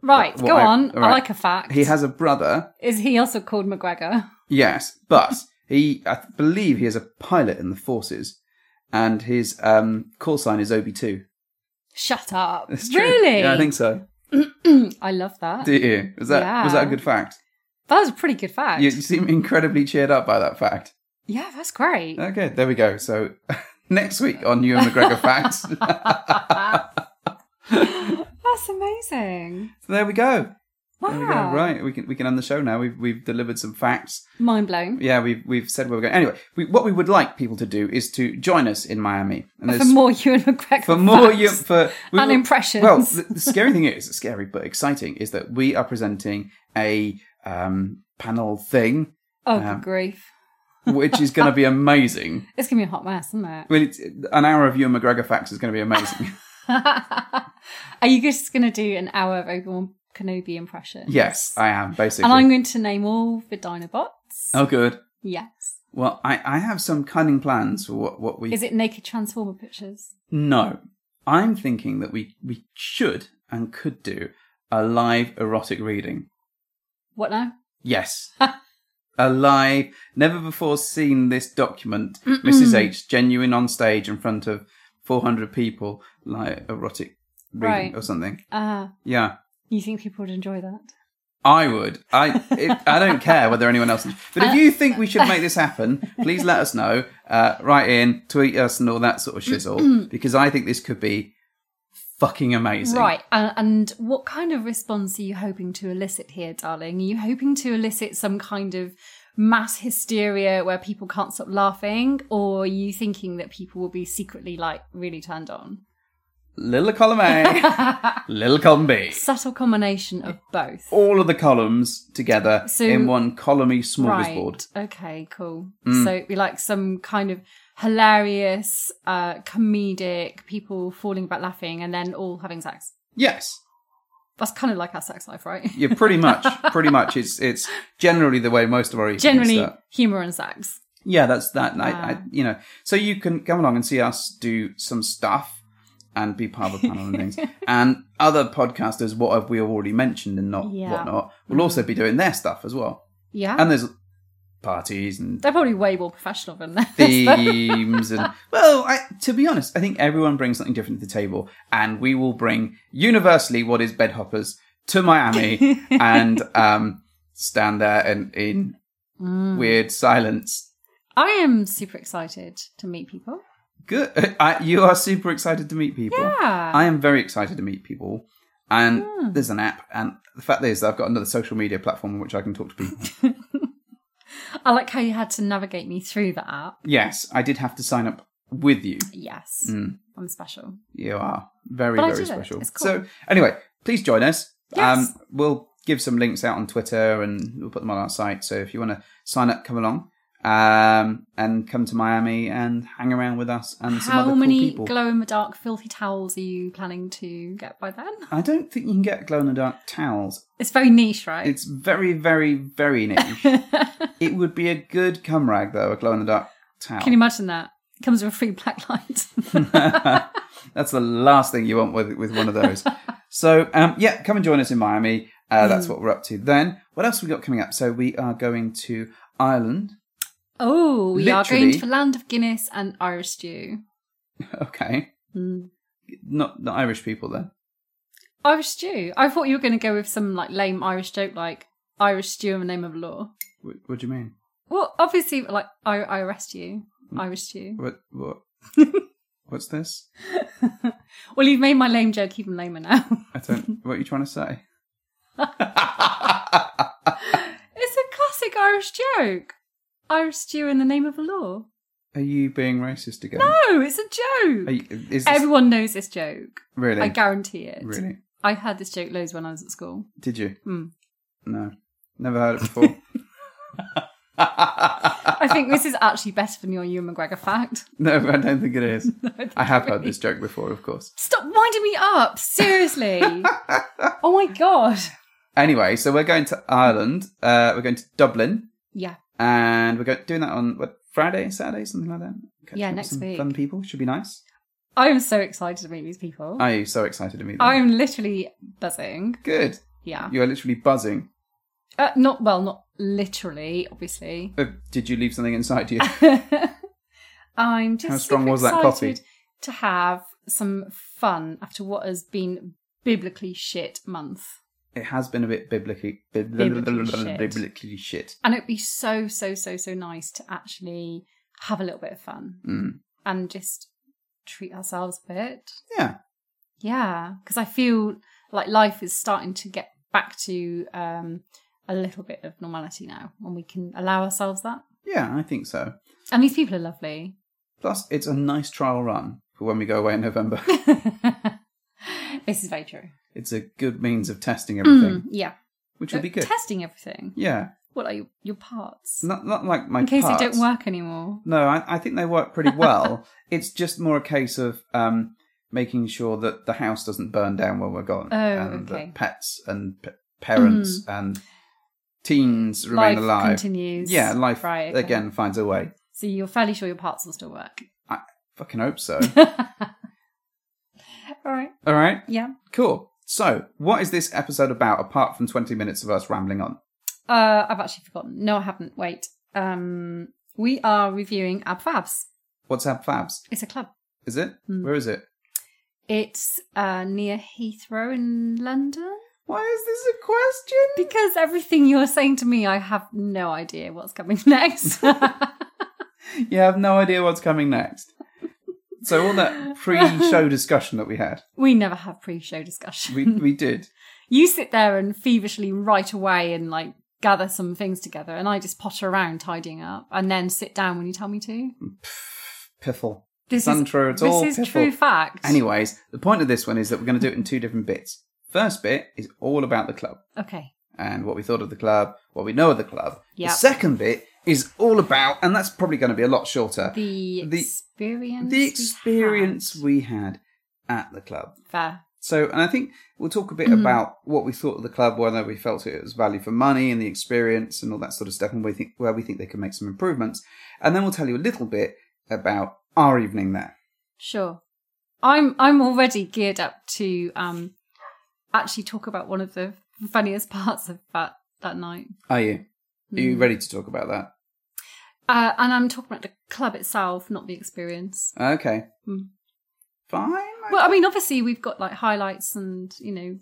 [SPEAKER 2] Right,
[SPEAKER 4] Well,
[SPEAKER 2] go
[SPEAKER 4] I-
[SPEAKER 2] on.
[SPEAKER 4] all
[SPEAKER 2] I
[SPEAKER 4] right.
[SPEAKER 2] like a fact.
[SPEAKER 4] He has a brother.
[SPEAKER 2] Is he also called McGregor?
[SPEAKER 4] Yes, but he I th- believe he is a pilot in the forces, and his um, call sign is Obi two.
[SPEAKER 2] Shut up.
[SPEAKER 4] It's true.
[SPEAKER 2] Really? Mm,
[SPEAKER 4] Yeah, I think so.
[SPEAKER 2] I love that.
[SPEAKER 4] Do you? Was that was that a
[SPEAKER 2] Yeah.
[SPEAKER 4] good fact?
[SPEAKER 2] That was a pretty good fact.
[SPEAKER 4] You, you seem incredibly cheered up by that fact.
[SPEAKER 2] Yeah, that's great.
[SPEAKER 4] Okay, there we go. So next week on Ewan McGregor facts.
[SPEAKER 2] That's amazing.
[SPEAKER 4] So there we go.
[SPEAKER 2] Wow.
[SPEAKER 4] There we go. Right, we can we can end the show now. We've we've delivered some facts.
[SPEAKER 2] Mind blown.
[SPEAKER 4] Yeah, we've we've said where we're going. Anyway, we, what we would like people to do is to join us in Miami. And
[SPEAKER 2] For more Ewan McGregor.
[SPEAKER 4] for more
[SPEAKER 2] facts.
[SPEAKER 4] you for we
[SPEAKER 2] and
[SPEAKER 4] will-
[SPEAKER 2] impressions.
[SPEAKER 4] Well, the, the scary thing is scary but exciting is that we are presenting a um, panel thing
[SPEAKER 2] oh,
[SPEAKER 4] um,
[SPEAKER 2] good grief.
[SPEAKER 4] which is going to be amazing.
[SPEAKER 2] It's going to be a hot mess, isn't it?
[SPEAKER 4] Well, it's, an hour of you and McGregor facts is going to be amazing.
[SPEAKER 2] Are you just going to do an hour of Obi-Wan Kenobi impression?
[SPEAKER 4] yes, I am basically.
[SPEAKER 2] And I'm going to name all the Dinobots.
[SPEAKER 4] oh, good.
[SPEAKER 2] Yes.
[SPEAKER 4] Well, I, I have some cunning plans for what what we
[SPEAKER 2] Is it naked Transformer pictures?
[SPEAKER 4] No. I'm thinking that we, we should and could do a live erotic reading.
[SPEAKER 2] What now?
[SPEAKER 4] Yes. a live, never before seen this document, Mrs. H, genuine on stage in front of 400 people, live erotic reading
[SPEAKER 2] Right.
[SPEAKER 4] or something.
[SPEAKER 2] Ah,
[SPEAKER 4] Yeah,
[SPEAKER 2] you think people would enjoy that?
[SPEAKER 4] I would. I it, I don't care whether anyone else. But if you think we should make this happen, please let us know. Uh, write in, tweet us, and all that sort of shizzle. because I think this could be fucking amazing.
[SPEAKER 2] Right. Uh, and what kind of response are you hoping to elicit here, darling? Are you hoping to elicit some kind of mass hysteria where people can't stop laughing? Or are you thinking that people will be secretly, like, really turned on?
[SPEAKER 4] Little column A, little column B.
[SPEAKER 2] Subtle combination of both.
[SPEAKER 4] All of the columns together
[SPEAKER 2] So-
[SPEAKER 4] in one columny
[SPEAKER 2] Right.
[SPEAKER 4] smorgasbord. Mm.
[SPEAKER 2] Okay, cool. So it'd be like some kind of hilarious, uh, comedic, people falling back laughing and then all having sex.
[SPEAKER 4] Yes.
[SPEAKER 2] That's kind of like our sex life, right?
[SPEAKER 4] Yeah, pretty much. Pretty much. It's it's generally the way most of our evenings
[SPEAKER 2] Generally, Ah.
[SPEAKER 4] start.
[SPEAKER 2] humour and sex.
[SPEAKER 4] Yeah, that's that. I, I,
[SPEAKER 2] Wow.
[SPEAKER 4] you know, so you can come along and see us do some stuff and be part of a panel and things. And other podcasters, what have we already mentioned and not
[SPEAKER 2] Yeah.
[SPEAKER 4] whatnot, will also be doing their stuff as well.
[SPEAKER 2] Yeah.
[SPEAKER 4] And there's parties and
[SPEAKER 2] They're probably way more professional than that.
[SPEAKER 4] themes and well, I, to be honest, I think everyone brings something different to the table, and we will bring universally what is bedhoppers to Miami and um, stand there and in weird silence
[SPEAKER 2] I am super excited to meet people.
[SPEAKER 4] Good. I, you are super excited to meet people.
[SPEAKER 2] Yeah.
[SPEAKER 4] I am very excited to meet people. And there's an app. And the fact is, I've got another social media platform on which I can talk to people.
[SPEAKER 2] I like how you had to navigate me through the app.
[SPEAKER 4] yes, I did have to sign up with you.
[SPEAKER 2] Yes.
[SPEAKER 4] Hmm.
[SPEAKER 2] I'm special.
[SPEAKER 4] You are very,
[SPEAKER 2] But I
[SPEAKER 4] very
[SPEAKER 2] did it.
[SPEAKER 4] special.
[SPEAKER 2] It's cool.
[SPEAKER 4] So, anyway, please join us. Um,
[SPEAKER 2] Yes.
[SPEAKER 4] we'll give some links out on Twitter and we'll put them on our site. So, if you want to sign up, come along um, and come to Miami and hang around with us and some other
[SPEAKER 2] How
[SPEAKER 4] cool
[SPEAKER 2] many
[SPEAKER 4] people.
[SPEAKER 2] glow in the dark filthy towels are you planning to get by then?
[SPEAKER 4] I don't think you can get glow in the dark towels.
[SPEAKER 2] It's very niche, right?
[SPEAKER 4] It's very, very, very niche. it would be a good cum rag, though, a glow in the dark towel.
[SPEAKER 2] Can you imagine that? comes with a free black light.
[SPEAKER 4] That's the last thing you want with, with one of those. so, um, yeah, come and join us in Miami. Uh,
[SPEAKER 2] Mm.
[SPEAKER 4] that's what we're up to then. What else have we got coming up? So, we are going to Ireland.
[SPEAKER 2] oh, we are going
[SPEAKER 4] Literally.
[SPEAKER 2] to the land of Guinness and Irish stew.
[SPEAKER 4] Okay.
[SPEAKER 2] Mm.
[SPEAKER 4] Not the Irish people, then.
[SPEAKER 2] Irish stew. I thought you were going to go with some like lame Irish joke, like Irish stew in the name of law.
[SPEAKER 4] What, what do you mean?
[SPEAKER 2] Well, obviously, like I, I arrest you,
[SPEAKER 4] Hmm.
[SPEAKER 2] Irish stew.
[SPEAKER 4] What? what? What's this?
[SPEAKER 2] Well, you've made my lame joke even lamer now.
[SPEAKER 4] I don't. What are you trying to say?
[SPEAKER 2] it's a classic Irish joke. Irish stew in the name of the law.
[SPEAKER 4] Are you being racist again?
[SPEAKER 2] No, it's a joke.
[SPEAKER 4] Are you, is this,
[SPEAKER 2] Everyone knows this joke.
[SPEAKER 4] really?
[SPEAKER 2] I guarantee it.
[SPEAKER 4] Really?
[SPEAKER 2] I heard this joke loads when I was at school.
[SPEAKER 4] Did you?
[SPEAKER 2] Hmm.
[SPEAKER 4] No, never heard it before. Uh,
[SPEAKER 2] I think this is actually better than your Ewan McGregor fact.
[SPEAKER 4] no, I don't think it is. I have heard this joke before, of course.
[SPEAKER 2] Stop winding me up, seriously. oh my god.
[SPEAKER 4] Anyway, so we're going to Ireland. Uh, we're going to Dublin,
[SPEAKER 2] Yeah,
[SPEAKER 4] and we're going, doing that on what Friday, Saturday, something like that. Catching
[SPEAKER 2] Yeah,
[SPEAKER 4] up with
[SPEAKER 2] next
[SPEAKER 4] some
[SPEAKER 2] week.
[SPEAKER 4] Fun people should be nice.
[SPEAKER 2] I am so excited to meet these people.
[SPEAKER 4] Are you so excited to meet them?
[SPEAKER 2] I'm literally buzzing.
[SPEAKER 4] Good.
[SPEAKER 2] Yeah,
[SPEAKER 4] You are literally buzzing.
[SPEAKER 2] uh, not well, not literally, obviously.
[SPEAKER 4] Uh, Did you leave something inside you?
[SPEAKER 2] I'm just
[SPEAKER 4] How strong
[SPEAKER 2] super
[SPEAKER 4] was that coffee?
[SPEAKER 2] excited to have some fun after what has been biblically shit month.
[SPEAKER 4] it has been a bit biblically, bib-
[SPEAKER 2] Biblically shit.
[SPEAKER 4] biblically shit.
[SPEAKER 2] And it'd be so, so, so, so nice to actually have a little bit of fun
[SPEAKER 4] Mm.
[SPEAKER 2] and just treat ourselves a bit.
[SPEAKER 4] Yeah.
[SPEAKER 2] Yeah, because I feel like life is starting to get back to um, a little bit of normality now, and we can allow ourselves that.
[SPEAKER 4] Yeah, I think so.
[SPEAKER 2] And these people are lovely.
[SPEAKER 4] Plus, it's a nice trial run for when we go away in November.
[SPEAKER 2] This is very true.
[SPEAKER 4] it's a good means of testing everything,
[SPEAKER 2] Yeah,
[SPEAKER 4] which will be good.
[SPEAKER 2] testing everything.
[SPEAKER 4] yeah,
[SPEAKER 2] What are your, your parts?
[SPEAKER 4] not not like my
[SPEAKER 2] In case
[SPEAKER 4] parts.
[SPEAKER 2] they don't work anymore.
[SPEAKER 4] No, I, I think they work pretty well. it's just more a case of um, making sure that the house doesn't burn down when we're gone,
[SPEAKER 2] Oh,
[SPEAKER 4] and
[SPEAKER 2] okay. Mm-hmm.
[SPEAKER 4] that pets and p- parents and teens remain
[SPEAKER 2] Life
[SPEAKER 4] alive.
[SPEAKER 2] continues.
[SPEAKER 4] Yeah, life
[SPEAKER 2] Right, okay.
[SPEAKER 4] again finds a way.
[SPEAKER 2] So you're fairly sure your parts will still work.
[SPEAKER 4] I fucking hope so.
[SPEAKER 2] All right.
[SPEAKER 4] All right,
[SPEAKER 2] Yeah.
[SPEAKER 4] cool. So, what is this episode about apart from twenty minutes of us rambling on?
[SPEAKER 2] Uh, I've actually forgotten. No, I haven't. Wait. Um, we are reviewing Ab Fabs.
[SPEAKER 4] What's our fabs?
[SPEAKER 2] It's a club.
[SPEAKER 4] Is it? Where is it?
[SPEAKER 2] It's uh, near Heathrow in London.
[SPEAKER 4] Why is this a question?
[SPEAKER 2] Because everything you're saying to me, I have no idea what's coming next.
[SPEAKER 4] You have no idea what's coming next. So all that pre-show discussion that we had,
[SPEAKER 2] we never have pre-show discussion.
[SPEAKER 4] we we did.
[SPEAKER 2] You sit there and feverishly write away and like gather some things together, and I just potter around tidying up, and then sit down when you tell me to.
[SPEAKER 4] Piffle.
[SPEAKER 2] This
[SPEAKER 4] It's
[SPEAKER 2] is
[SPEAKER 4] untrue, it's
[SPEAKER 2] this
[SPEAKER 4] all
[SPEAKER 2] is
[SPEAKER 4] piffle.
[SPEAKER 2] true fact.
[SPEAKER 4] Anyways, the point of this one is that we're going to do it in two different bits. First bit is all about the club
[SPEAKER 2] Okay.
[SPEAKER 4] and what we thought of the club, what we know of the club.
[SPEAKER 2] Yep.
[SPEAKER 4] The second bit is all about, and that's probably going to be a lot shorter,
[SPEAKER 2] The
[SPEAKER 4] The-
[SPEAKER 2] experience.
[SPEAKER 4] the
[SPEAKER 2] we
[SPEAKER 4] experience
[SPEAKER 2] had.
[SPEAKER 4] we had at the club.
[SPEAKER 2] Fair.
[SPEAKER 4] So, and I think we'll talk a bit about what we thought of the club, whether we felt it was value for money and the experience and all that sort of stuff, and where we think, where we think they can make some improvements. And then we'll tell you a little bit about our evening there.
[SPEAKER 2] Sure. I'm I'm already geared up to um actually talk about one of the funniest parts of that that night.
[SPEAKER 4] Are you? Are
[SPEAKER 2] Hmm.
[SPEAKER 4] you ready to talk about that?
[SPEAKER 2] Uh, and I'm talking about the club itself, not the experience.
[SPEAKER 4] Okay.
[SPEAKER 2] Mm.
[SPEAKER 4] Fine.
[SPEAKER 2] Well, I mean, obviously we've got like highlights and you know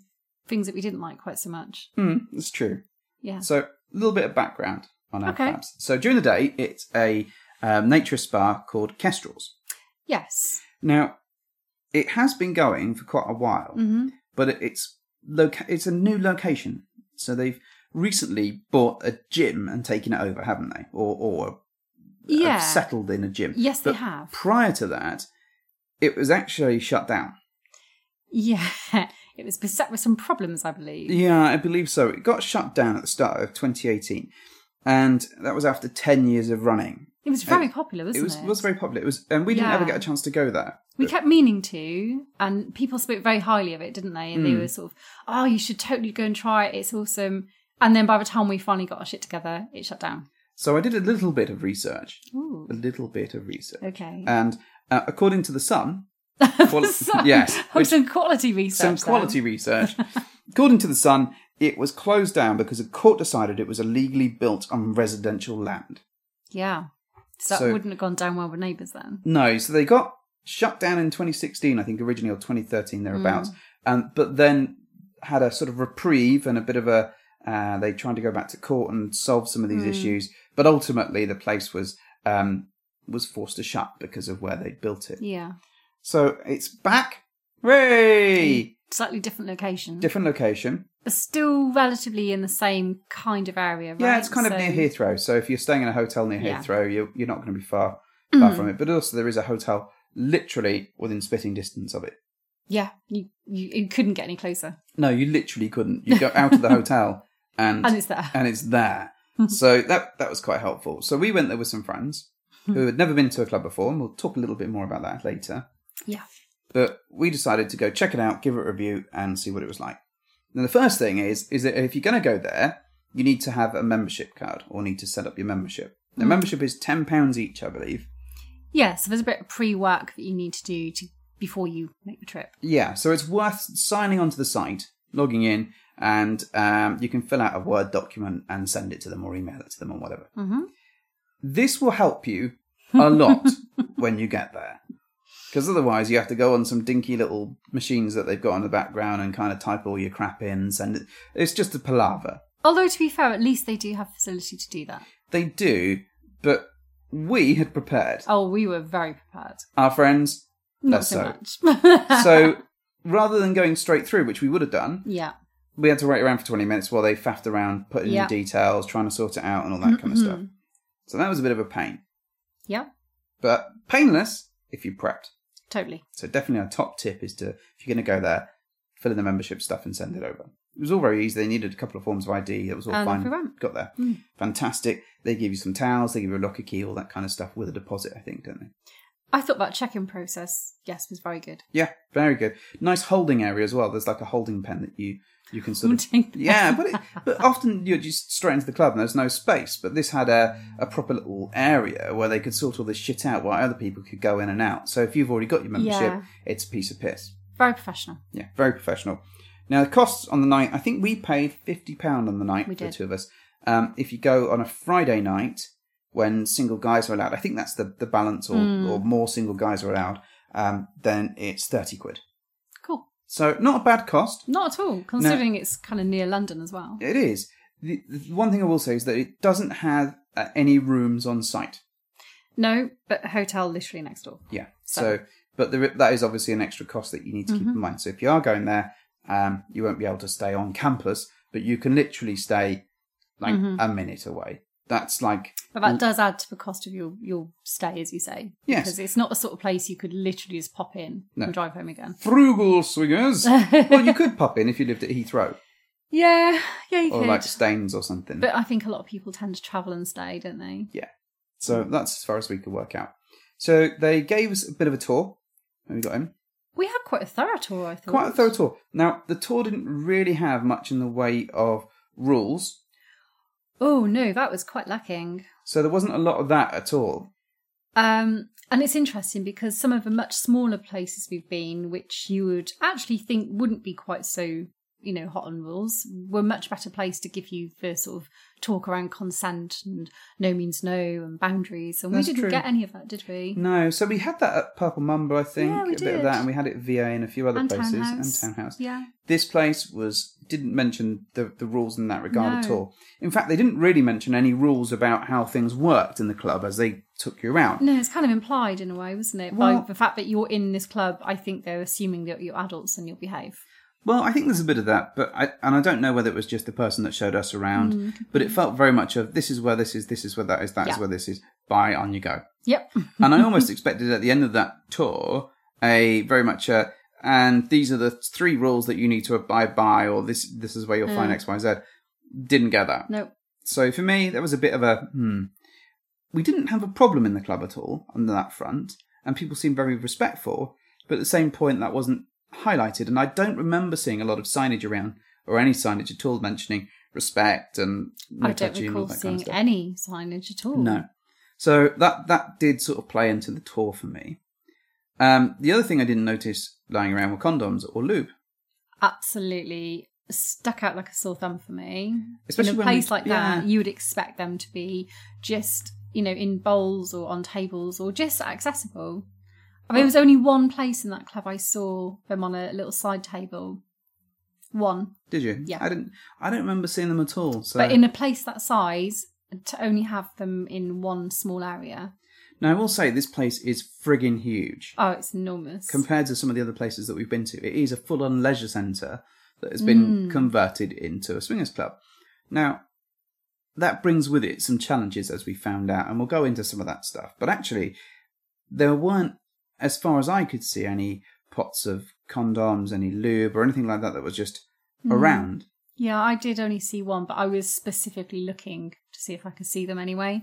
[SPEAKER 2] things that we didn't like quite so much.
[SPEAKER 4] Hmm, it's true.
[SPEAKER 2] Yeah.
[SPEAKER 4] So a little bit of background on our
[SPEAKER 2] Okay.
[SPEAKER 4] clubs. So during the day, it's a um, nature spa called Kestrels.
[SPEAKER 2] Yes.
[SPEAKER 4] Now, it has been going for quite a while.
[SPEAKER 2] hmm
[SPEAKER 4] but it- it's loca- it's a new location. So they've recently bought a gym and taken it over, haven't they? Or or have Uh,
[SPEAKER 2] Yeah.
[SPEAKER 4] settled in a gym.
[SPEAKER 2] Yes, they
[SPEAKER 4] But
[SPEAKER 2] have.
[SPEAKER 4] Prior to that, it was actually shut down.
[SPEAKER 2] Yeah. It was beset with some problems, I believe.
[SPEAKER 4] Yeah, I believe so. It got shut down at the start of 2018, and that was after 10 years of running.
[SPEAKER 2] It was very popular, wasn't it?
[SPEAKER 4] it was was very popular. It was, and we didn't ever
[SPEAKER 2] Yeah.
[SPEAKER 4] get a chance to go there.
[SPEAKER 2] We kept meaning to, and people spoke very highly of it, didn't they?
[SPEAKER 4] Hmm.
[SPEAKER 2] And they were sort of, oh, you should totally go and try it. It's awesome. And then by the time we finally got our shit together, it shut down.
[SPEAKER 4] So I did a little bit of research.
[SPEAKER 2] Ooh.
[SPEAKER 4] A little bit of research.
[SPEAKER 2] Okay.
[SPEAKER 4] And uh, according to the Sun, quali-
[SPEAKER 2] So-
[SPEAKER 4] yes,
[SPEAKER 2] oh, some quality research.
[SPEAKER 4] some
[SPEAKER 2] then.
[SPEAKER 4] quality research. According to the Sun, it was closed down because a court decided it was illegally built on residential land.
[SPEAKER 2] Yeah. So that
[SPEAKER 4] So-
[SPEAKER 2] wouldn't have gone down well with neighbours then.
[SPEAKER 4] No, so they got shut down in 2016, I think originally, or 2013 thereabouts,
[SPEAKER 2] Mm.
[SPEAKER 4] um, but then had a sort of reprieve and a bit of a. Uh, they tried to go back to court and solve some of
[SPEAKER 2] Mm.
[SPEAKER 4] these issues, but ultimately the place was um, was forced to shut because of where they built it.
[SPEAKER 2] Yeah.
[SPEAKER 4] So it's back, hooray!
[SPEAKER 2] Slightly different location.
[SPEAKER 4] Different location.
[SPEAKER 2] but still relatively in the same kind of area, right?
[SPEAKER 4] Yeah, it's kind of
[SPEAKER 2] So-
[SPEAKER 4] near Heathrow. So if you're staying in a hotel near
[SPEAKER 2] Yeah. Mm.
[SPEAKER 4] Heathrow, you're, you're not going to be far far from it. But also, there is a hotel literally within spitting distance of it.
[SPEAKER 2] Yeah. You, you, you couldn't get any closer.
[SPEAKER 4] No, you literally couldn't. You go out of the hotel and
[SPEAKER 2] And it's there.
[SPEAKER 4] and it's there. so that that was quite helpful. So we went there with some friends who had never been to a club before, and we'll talk a little bit more about that later.
[SPEAKER 2] Yeah.
[SPEAKER 4] But we decided to go check it out, give it a review, and see what it was like. Now the first thing is is that if you're going to go there, you need to have a membership card or need to set up your membership. The membership is ten pounds each, I believe.
[SPEAKER 2] Yeah, so there's a bit of pre-work that you need to do to before you make the trip.
[SPEAKER 4] Yeah, so it's worth signing onto the site, logging in, and um, you can fill out a Word document and send it to them or email it to them or whatever.
[SPEAKER 2] hmm
[SPEAKER 4] This will help you a lot when you get there. Because otherwise, you have to go on some dinky little machines that they've got in the background and kind of type all your crap in and send it. It's just a palaver.
[SPEAKER 2] Although to be fair, at least they do have facility to do that.
[SPEAKER 4] They do, but we had prepared.
[SPEAKER 2] Oh, we were very prepared.
[SPEAKER 4] Our friends,
[SPEAKER 2] Not
[SPEAKER 4] That's
[SPEAKER 2] so much.
[SPEAKER 4] so rather than going straight through, which we would have done,
[SPEAKER 2] yeah,
[SPEAKER 4] we had to wait around for 20 minutes while they faffed around, putting
[SPEAKER 2] Yeah. Mm-hmm.
[SPEAKER 4] in details, trying to sort it out, and all that kind of stuff. So that was a bit of a pain,
[SPEAKER 2] yeah,
[SPEAKER 4] but painless if you prepped.
[SPEAKER 2] totally.
[SPEAKER 4] So definitely our top tip is to, if you're going to go there, fill in the membership stuff and send it over. It was all very easy. They needed a couple of forms of ID. That was all
[SPEAKER 2] And off
[SPEAKER 4] fine.
[SPEAKER 2] we went.
[SPEAKER 4] Got there.
[SPEAKER 2] Mm.
[SPEAKER 4] Fantastic. They give you some towels. They give you a locker key, all that kind of stuff with a deposit, I think, don't they?
[SPEAKER 2] I thought that check-in process, yes, was very good.
[SPEAKER 4] Yeah, very good. Nice holding area as well. There's like a holding pen that you you can sort of
[SPEAKER 2] Holding pen.
[SPEAKER 4] yeah, but it, but often you're just straight into the club and there's no space. But this had a a proper little area where they could sort all this shit out while other people could go in and out. So if you've already got your membership,
[SPEAKER 2] Yeah.
[SPEAKER 4] it's a piece of piss.
[SPEAKER 2] Very professional.
[SPEAKER 4] Yeah, very professional. Now the costs on the night, I think we paid fifty pound on the night
[SPEAKER 2] We
[SPEAKER 4] for the
[SPEAKER 2] did.
[SPEAKER 4] two of us. Um, if you go on a Friday night when single guys are allowed, I
[SPEAKER 2] Mm.
[SPEAKER 4] think that's the the balance or or more single guys are allowed. Um, then it's thirty quid. So not a bad cost.
[SPEAKER 2] Not at all, considering it's kind of near London as well.
[SPEAKER 4] It is. The, the one thing I will say is that it doesn't have uh, any rooms on site.
[SPEAKER 2] No, but hotel literally next door.
[SPEAKER 4] Yeah. So, but there, that is obviously an extra cost that you need
[SPEAKER 2] Mm-hmm.
[SPEAKER 4] to keep in mind. So if you are going there, um, you won't be able to stay on campus, but you can literally stay like
[SPEAKER 2] Mm-hmm.
[SPEAKER 4] a minute away. That's like
[SPEAKER 2] But that does add to the cost of your, your stay, as you say.
[SPEAKER 4] Mm. Yes.
[SPEAKER 2] Because it's not the sort of place you could literally just pop in and drive home again.
[SPEAKER 4] frugal swingers. well, you could pop in if you lived at Heathrow
[SPEAKER 2] Yeah, yeah, you
[SPEAKER 4] or
[SPEAKER 2] could.
[SPEAKER 4] like Staines or something.
[SPEAKER 2] But I think a lot of people tend to travel and stay, don't they?
[SPEAKER 4] yeah. So that's as far as we could work out. So they gave us a bit of a tour when we got in.
[SPEAKER 2] We had quite a thorough tour, I thought.
[SPEAKER 4] Quite a thorough tour. Now, the tour didn't really have much in the way of rules,
[SPEAKER 2] Oh no, that was quite lacking.
[SPEAKER 4] so there wasn't a lot of that at all.
[SPEAKER 2] Um, and it's interesting because some of the much smaller places we've been, which you would actually think wouldn't be quite so, you know, hot on rules, were much better placed to give you the sort of talk around consent and no means no and boundaries. And
[SPEAKER 4] That's
[SPEAKER 2] we didn't
[SPEAKER 4] true.
[SPEAKER 2] get any of that, did we?
[SPEAKER 4] No, so we had that at Purple Mumbo, I think,
[SPEAKER 2] Yeah, we
[SPEAKER 4] a bit of
[SPEAKER 2] did.
[SPEAKER 4] that, and we had it at VA and a few other
[SPEAKER 2] And
[SPEAKER 4] places
[SPEAKER 2] Townhouse.
[SPEAKER 4] and Townhouse.
[SPEAKER 2] Yeah.
[SPEAKER 4] This place was didn't mention the the rules in that regard at
[SPEAKER 2] No.
[SPEAKER 4] all. In fact, they didn't really mention any rules about how things worked in the club as they took you around.
[SPEAKER 2] No, it's kind of implied in a way, wasn't it?
[SPEAKER 4] Well-
[SPEAKER 2] By the fact that you're in this club, I think they're assuming that you're adults and you'll behave.
[SPEAKER 4] Well, I think there's a bit of that, but I and I don't know whether it was just the person that showed us around, but it felt very much of this is where this is, this is where that is, that is
[SPEAKER 2] Mm. Yeah.
[SPEAKER 4] where this is. Bye, on you go.
[SPEAKER 2] Yep.
[SPEAKER 4] and I almost expected at the end of that tour a very much a and these are the three rules that you need to abide by, or this this is where you'll
[SPEAKER 2] Mm.
[SPEAKER 4] find X, Y, Z. Didn't get that.
[SPEAKER 2] No.
[SPEAKER 4] So for me, that was a bit of a hmm. We didn't have a problem in the club at all on that front, and people seemed very respectful. But at the same point, that wasn't highlighted, and I don't remember seeing a lot of signage around or any signage at all mentioning respect and no
[SPEAKER 2] I don't
[SPEAKER 4] touching and all
[SPEAKER 2] recall
[SPEAKER 4] that
[SPEAKER 2] seeing
[SPEAKER 4] kind of stuff.
[SPEAKER 2] any signage at all.
[SPEAKER 4] No. So that that did sort of play into the tour for me. Um, the other thing I didn't notice lying around were condoms or lube,
[SPEAKER 2] absolutely stuck out like a sore thumb for me.
[SPEAKER 4] Especially
[SPEAKER 2] in a
[SPEAKER 4] when
[SPEAKER 2] place
[SPEAKER 4] we-
[SPEAKER 2] like
[SPEAKER 4] yeah.
[SPEAKER 2] that, you would expect them to be just, you know, in bowls or on tables or just accessible. I mean, there was only one place in that club I saw them on a little side table. One.
[SPEAKER 4] did you?
[SPEAKER 2] Yeah.
[SPEAKER 4] I didn't. I don't remember seeing them at all. So
[SPEAKER 2] But in a place that size, to only have them in one small area.
[SPEAKER 4] now I will say this place is friggin' huge
[SPEAKER 2] Oh, it's enormous.
[SPEAKER 4] compared to some of the other places that we've been to. It is a full-on leisure centre that has
[SPEAKER 2] Hmm.
[SPEAKER 4] been converted into a swingers club. Now that brings with it some challenges, as we found out, and we'll go into some of that stuff. But actually, there weren't, as far as I could see, any pots of condoms, any lube, or anything like that that was just
[SPEAKER 2] Hmm.
[SPEAKER 4] around.
[SPEAKER 2] Yeah, I did only see one, but I was specifically looking to see if I could see them anyway.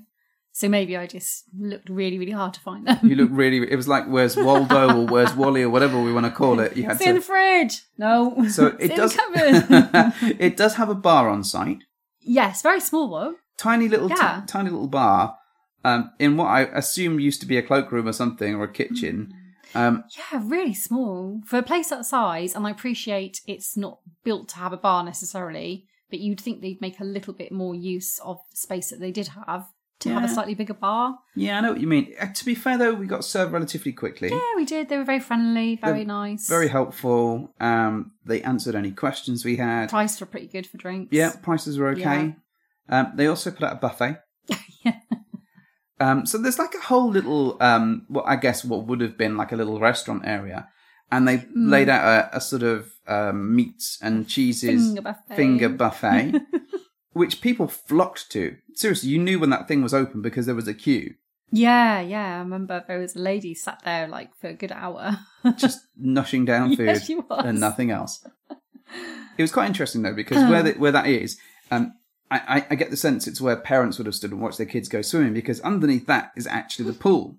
[SPEAKER 2] So maybe I just looked really, really hard to find them.
[SPEAKER 4] You look really. It was like where's Waldo or where's Wally or whatever we want to call it. You had
[SPEAKER 2] it's in the
[SPEAKER 4] to.
[SPEAKER 2] fridge. No,
[SPEAKER 4] So
[SPEAKER 2] it's
[SPEAKER 4] it
[SPEAKER 2] in
[SPEAKER 4] does.
[SPEAKER 2] the cupboard.
[SPEAKER 4] it does have a bar on site.
[SPEAKER 2] yes, very small one.
[SPEAKER 4] tiny little ti-
[SPEAKER 2] Yeah.
[SPEAKER 4] tiny little bar um, in what I assume used to be a cloakroom or something or a kitchen. Um,
[SPEAKER 2] Yeah, really small for a place that size. And I appreciate it's not built to have a bar necessarily, but you'd think they'd make a little bit more use of the space that they did have to have a
[SPEAKER 4] Yeah.
[SPEAKER 2] slightly bigger bar.
[SPEAKER 4] yeah, I know what you mean. Uh, to be fair though, we got served relatively quickly.
[SPEAKER 2] Yeah, we did. They were very friendly, very
[SPEAKER 4] They're
[SPEAKER 2] nice.
[SPEAKER 4] Very helpful. Um, they answered any questions we had.
[SPEAKER 2] priced were pretty good for drinks.
[SPEAKER 4] Yeah, prices were okay. Um, they also put out a buffet. Um, so there's like a whole little, um, what I guess what would have been like a little restaurant area, and they
[SPEAKER 2] Mm.
[SPEAKER 4] laid out a, a sort of um, meats and cheeses
[SPEAKER 2] Finger buffet.
[SPEAKER 4] finger buffet, which people flocked to. Seriously, you knew when that thing was open because there was a queue.
[SPEAKER 2] Yeah, yeah. I remember there was a lady sat there like for a good hour.
[SPEAKER 4] just noshing down food
[SPEAKER 2] Yeah, she was.
[SPEAKER 4] and nothing else. It was quite interesting though because
[SPEAKER 2] Uh.
[SPEAKER 4] where the, where that is, um, I, I, I get the sense it's where parents would have stood and watched their kids go swimming because underneath that is actually the pool.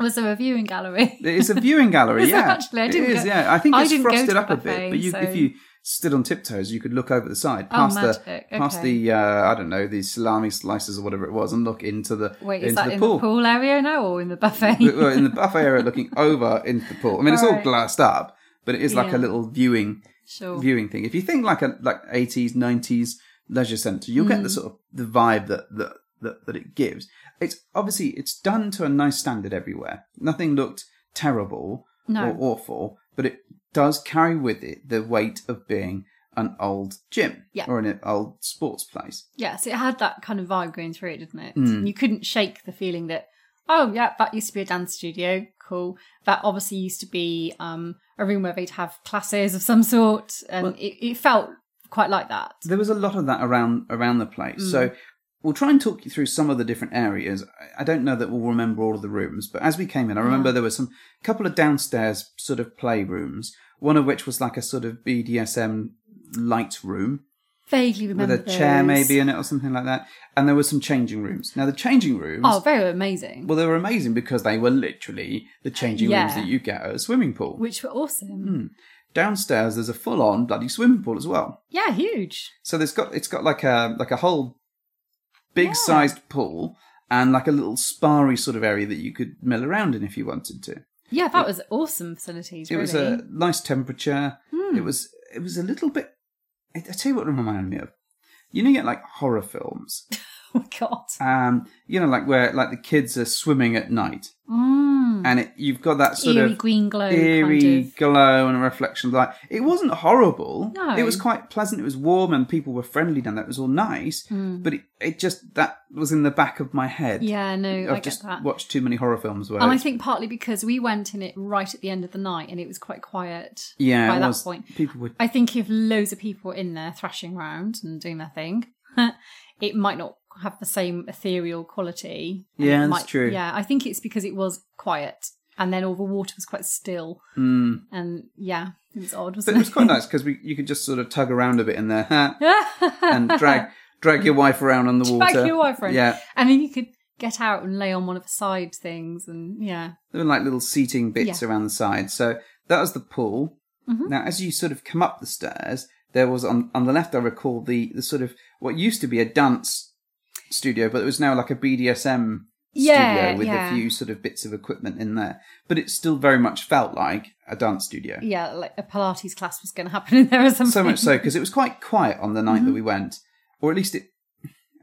[SPEAKER 2] was there a viewing gallery?
[SPEAKER 4] It's a viewing gallery,
[SPEAKER 2] Is it
[SPEAKER 4] yeah.
[SPEAKER 2] actually? I didn't
[SPEAKER 4] it is,
[SPEAKER 2] go-
[SPEAKER 4] yeah. I think
[SPEAKER 2] I
[SPEAKER 4] it's
[SPEAKER 2] didn't go to
[SPEAKER 4] frosted
[SPEAKER 2] the
[SPEAKER 4] up a bit,
[SPEAKER 2] buffet,
[SPEAKER 4] but you,
[SPEAKER 2] so-
[SPEAKER 4] if you stood on tiptoes, you could look over the side
[SPEAKER 2] Oh,
[SPEAKER 4] past
[SPEAKER 2] magic.
[SPEAKER 4] the past
[SPEAKER 2] Okay.
[SPEAKER 4] the uh, I don't know the salami slices or whatever it was, and look into the
[SPEAKER 2] Wait,
[SPEAKER 4] into
[SPEAKER 2] is that
[SPEAKER 4] the
[SPEAKER 2] in
[SPEAKER 4] pool.
[SPEAKER 2] the pool area now or in the buffet?
[SPEAKER 4] We were in the buffet area, looking over into the pool. I mean, it's all
[SPEAKER 2] Alright.
[SPEAKER 4] glassed up, but it is like a
[SPEAKER 2] Yeah.
[SPEAKER 4] little viewing
[SPEAKER 2] sure.
[SPEAKER 4] viewing thing. If you think like a like eighties, nineties leisure centre, you'll get the
[SPEAKER 2] Mm.
[SPEAKER 4] sort of the vibe that, that that that it gives. It's obviously it's done to a nice standard everywhere. Nothing looked terrible
[SPEAKER 2] No.
[SPEAKER 4] or awful, but it does carry with it the weight of being an old gym
[SPEAKER 2] Yeah.
[SPEAKER 4] or an old sports place.
[SPEAKER 2] Yes, it had that kind of vibe going through it, didn't it?
[SPEAKER 4] Hmm.
[SPEAKER 2] You couldn't shake the feeling that, oh, yeah, that used to be a dance studio. Cool. That obviously used to be um, a room where they'd have classes of some sort. And it, it felt quite like that.
[SPEAKER 4] There was a lot of that around around the place. So
[SPEAKER 2] Mm.
[SPEAKER 4] we'll try and talk you through some of the different areas. I- I don't know that we'll remember all of the rooms, but as we came in, I remember there were some couple of downstairs sort of playrooms. One of which was like a sort of BDSM light room
[SPEAKER 2] Vaguely remember.
[SPEAKER 4] with a chair
[SPEAKER 2] those.
[SPEAKER 4] maybe in it or something like that. And there were some changing rooms. Now the changing rooms.
[SPEAKER 2] Oh, very amazing.
[SPEAKER 4] Well, they were amazing because they were literally the changing rooms
[SPEAKER 2] Yeah.
[SPEAKER 4] that you get at a swimming pool.
[SPEAKER 2] which were awesome.
[SPEAKER 4] Hmm. Downstairs, there's a full-on bloody swimming pool as well.
[SPEAKER 2] Yeah, huge.
[SPEAKER 4] So there's got it's got like a like a whole big-sized pool and like a little sparry sort of area that you could mill around in if you wanted to.
[SPEAKER 2] Yeah, that was awesome facilities,
[SPEAKER 4] It
[SPEAKER 2] really. Hmm.
[SPEAKER 4] was a nice temperature. It was it was a little bit. I, I tell you what, it reminded me of. You know, you get like horror films.
[SPEAKER 2] Oh, God.
[SPEAKER 4] Um, you know, like where like the kids are swimming at night,
[SPEAKER 2] Mm.
[SPEAKER 4] and it, you've got that sort
[SPEAKER 2] Eerie
[SPEAKER 4] of
[SPEAKER 2] green glow.
[SPEAKER 4] eerie
[SPEAKER 2] Kind of.
[SPEAKER 4] glow and reflection of light. It wasn't horrible.
[SPEAKER 2] No.
[SPEAKER 4] It was quite pleasant. It was warm and people were friendly down there. It was all nice. But it, it just, that was in the back of my head.
[SPEAKER 2] Hmm. Yeah, no, I
[SPEAKER 4] I've
[SPEAKER 2] get
[SPEAKER 4] just
[SPEAKER 2] that.
[SPEAKER 4] watched too many horror films where.
[SPEAKER 2] And I
[SPEAKER 4] it's-
[SPEAKER 2] think partly because we went in it right at the end of the night and it was quite quiet
[SPEAKER 4] yeah,
[SPEAKER 2] by
[SPEAKER 4] it
[SPEAKER 2] that
[SPEAKER 4] was-
[SPEAKER 2] point.
[SPEAKER 4] People were.
[SPEAKER 2] I think if loads of people were in there thrashing around and doing their thing, it might not have the same ethereal quality. and
[SPEAKER 4] Yeah,
[SPEAKER 2] it
[SPEAKER 4] that's
[SPEAKER 2] might-
[SPEAKER 4] true.
[SPEAKER 2] Yeah, I think it's because it was quiet and then all the water was quite still. And yeah, it was
[SPEAKER 4] Hmm. But
[SPEAKER 2] odd, wasn't
[SPEAKER 4] it was quite nice because you could just sort of tug around a bit in there huh, and drag drag your wife around on the water.
[SPEAKER 2] Back your wife around.
[SPEAKER 4] Yeah.
[SPEAKER 2] And then you could get out and lay on one of the side things and yeah.
[SPEAKER 4] There were like little seating bits
[SPEAKER 2] Yeah. Mm-hmm.
[SPEAKER 4] around the side. So that was the pool. Now, as you sort of come up the stairs, there was on, on the left, I recall the, the sort of what used to be a dance studio, but it was now like a BDSM
[SPEAKER 2] Yeah,
[SPEAKER 4] studio with
[SPEAKER 2] yeah.
[SPEAKER 4] a few sort of bits of equipment in there. But it still very much felt like a dance studio.
[SPEAKER 2] Yeah, like a Pilates class was going to happen in there or something.
[SPEAKER 4] So much so because it was quite quiet on the night
[SPEAKER 2] Mm-hmm.
[SPEAKER 4] that we went, or at least it.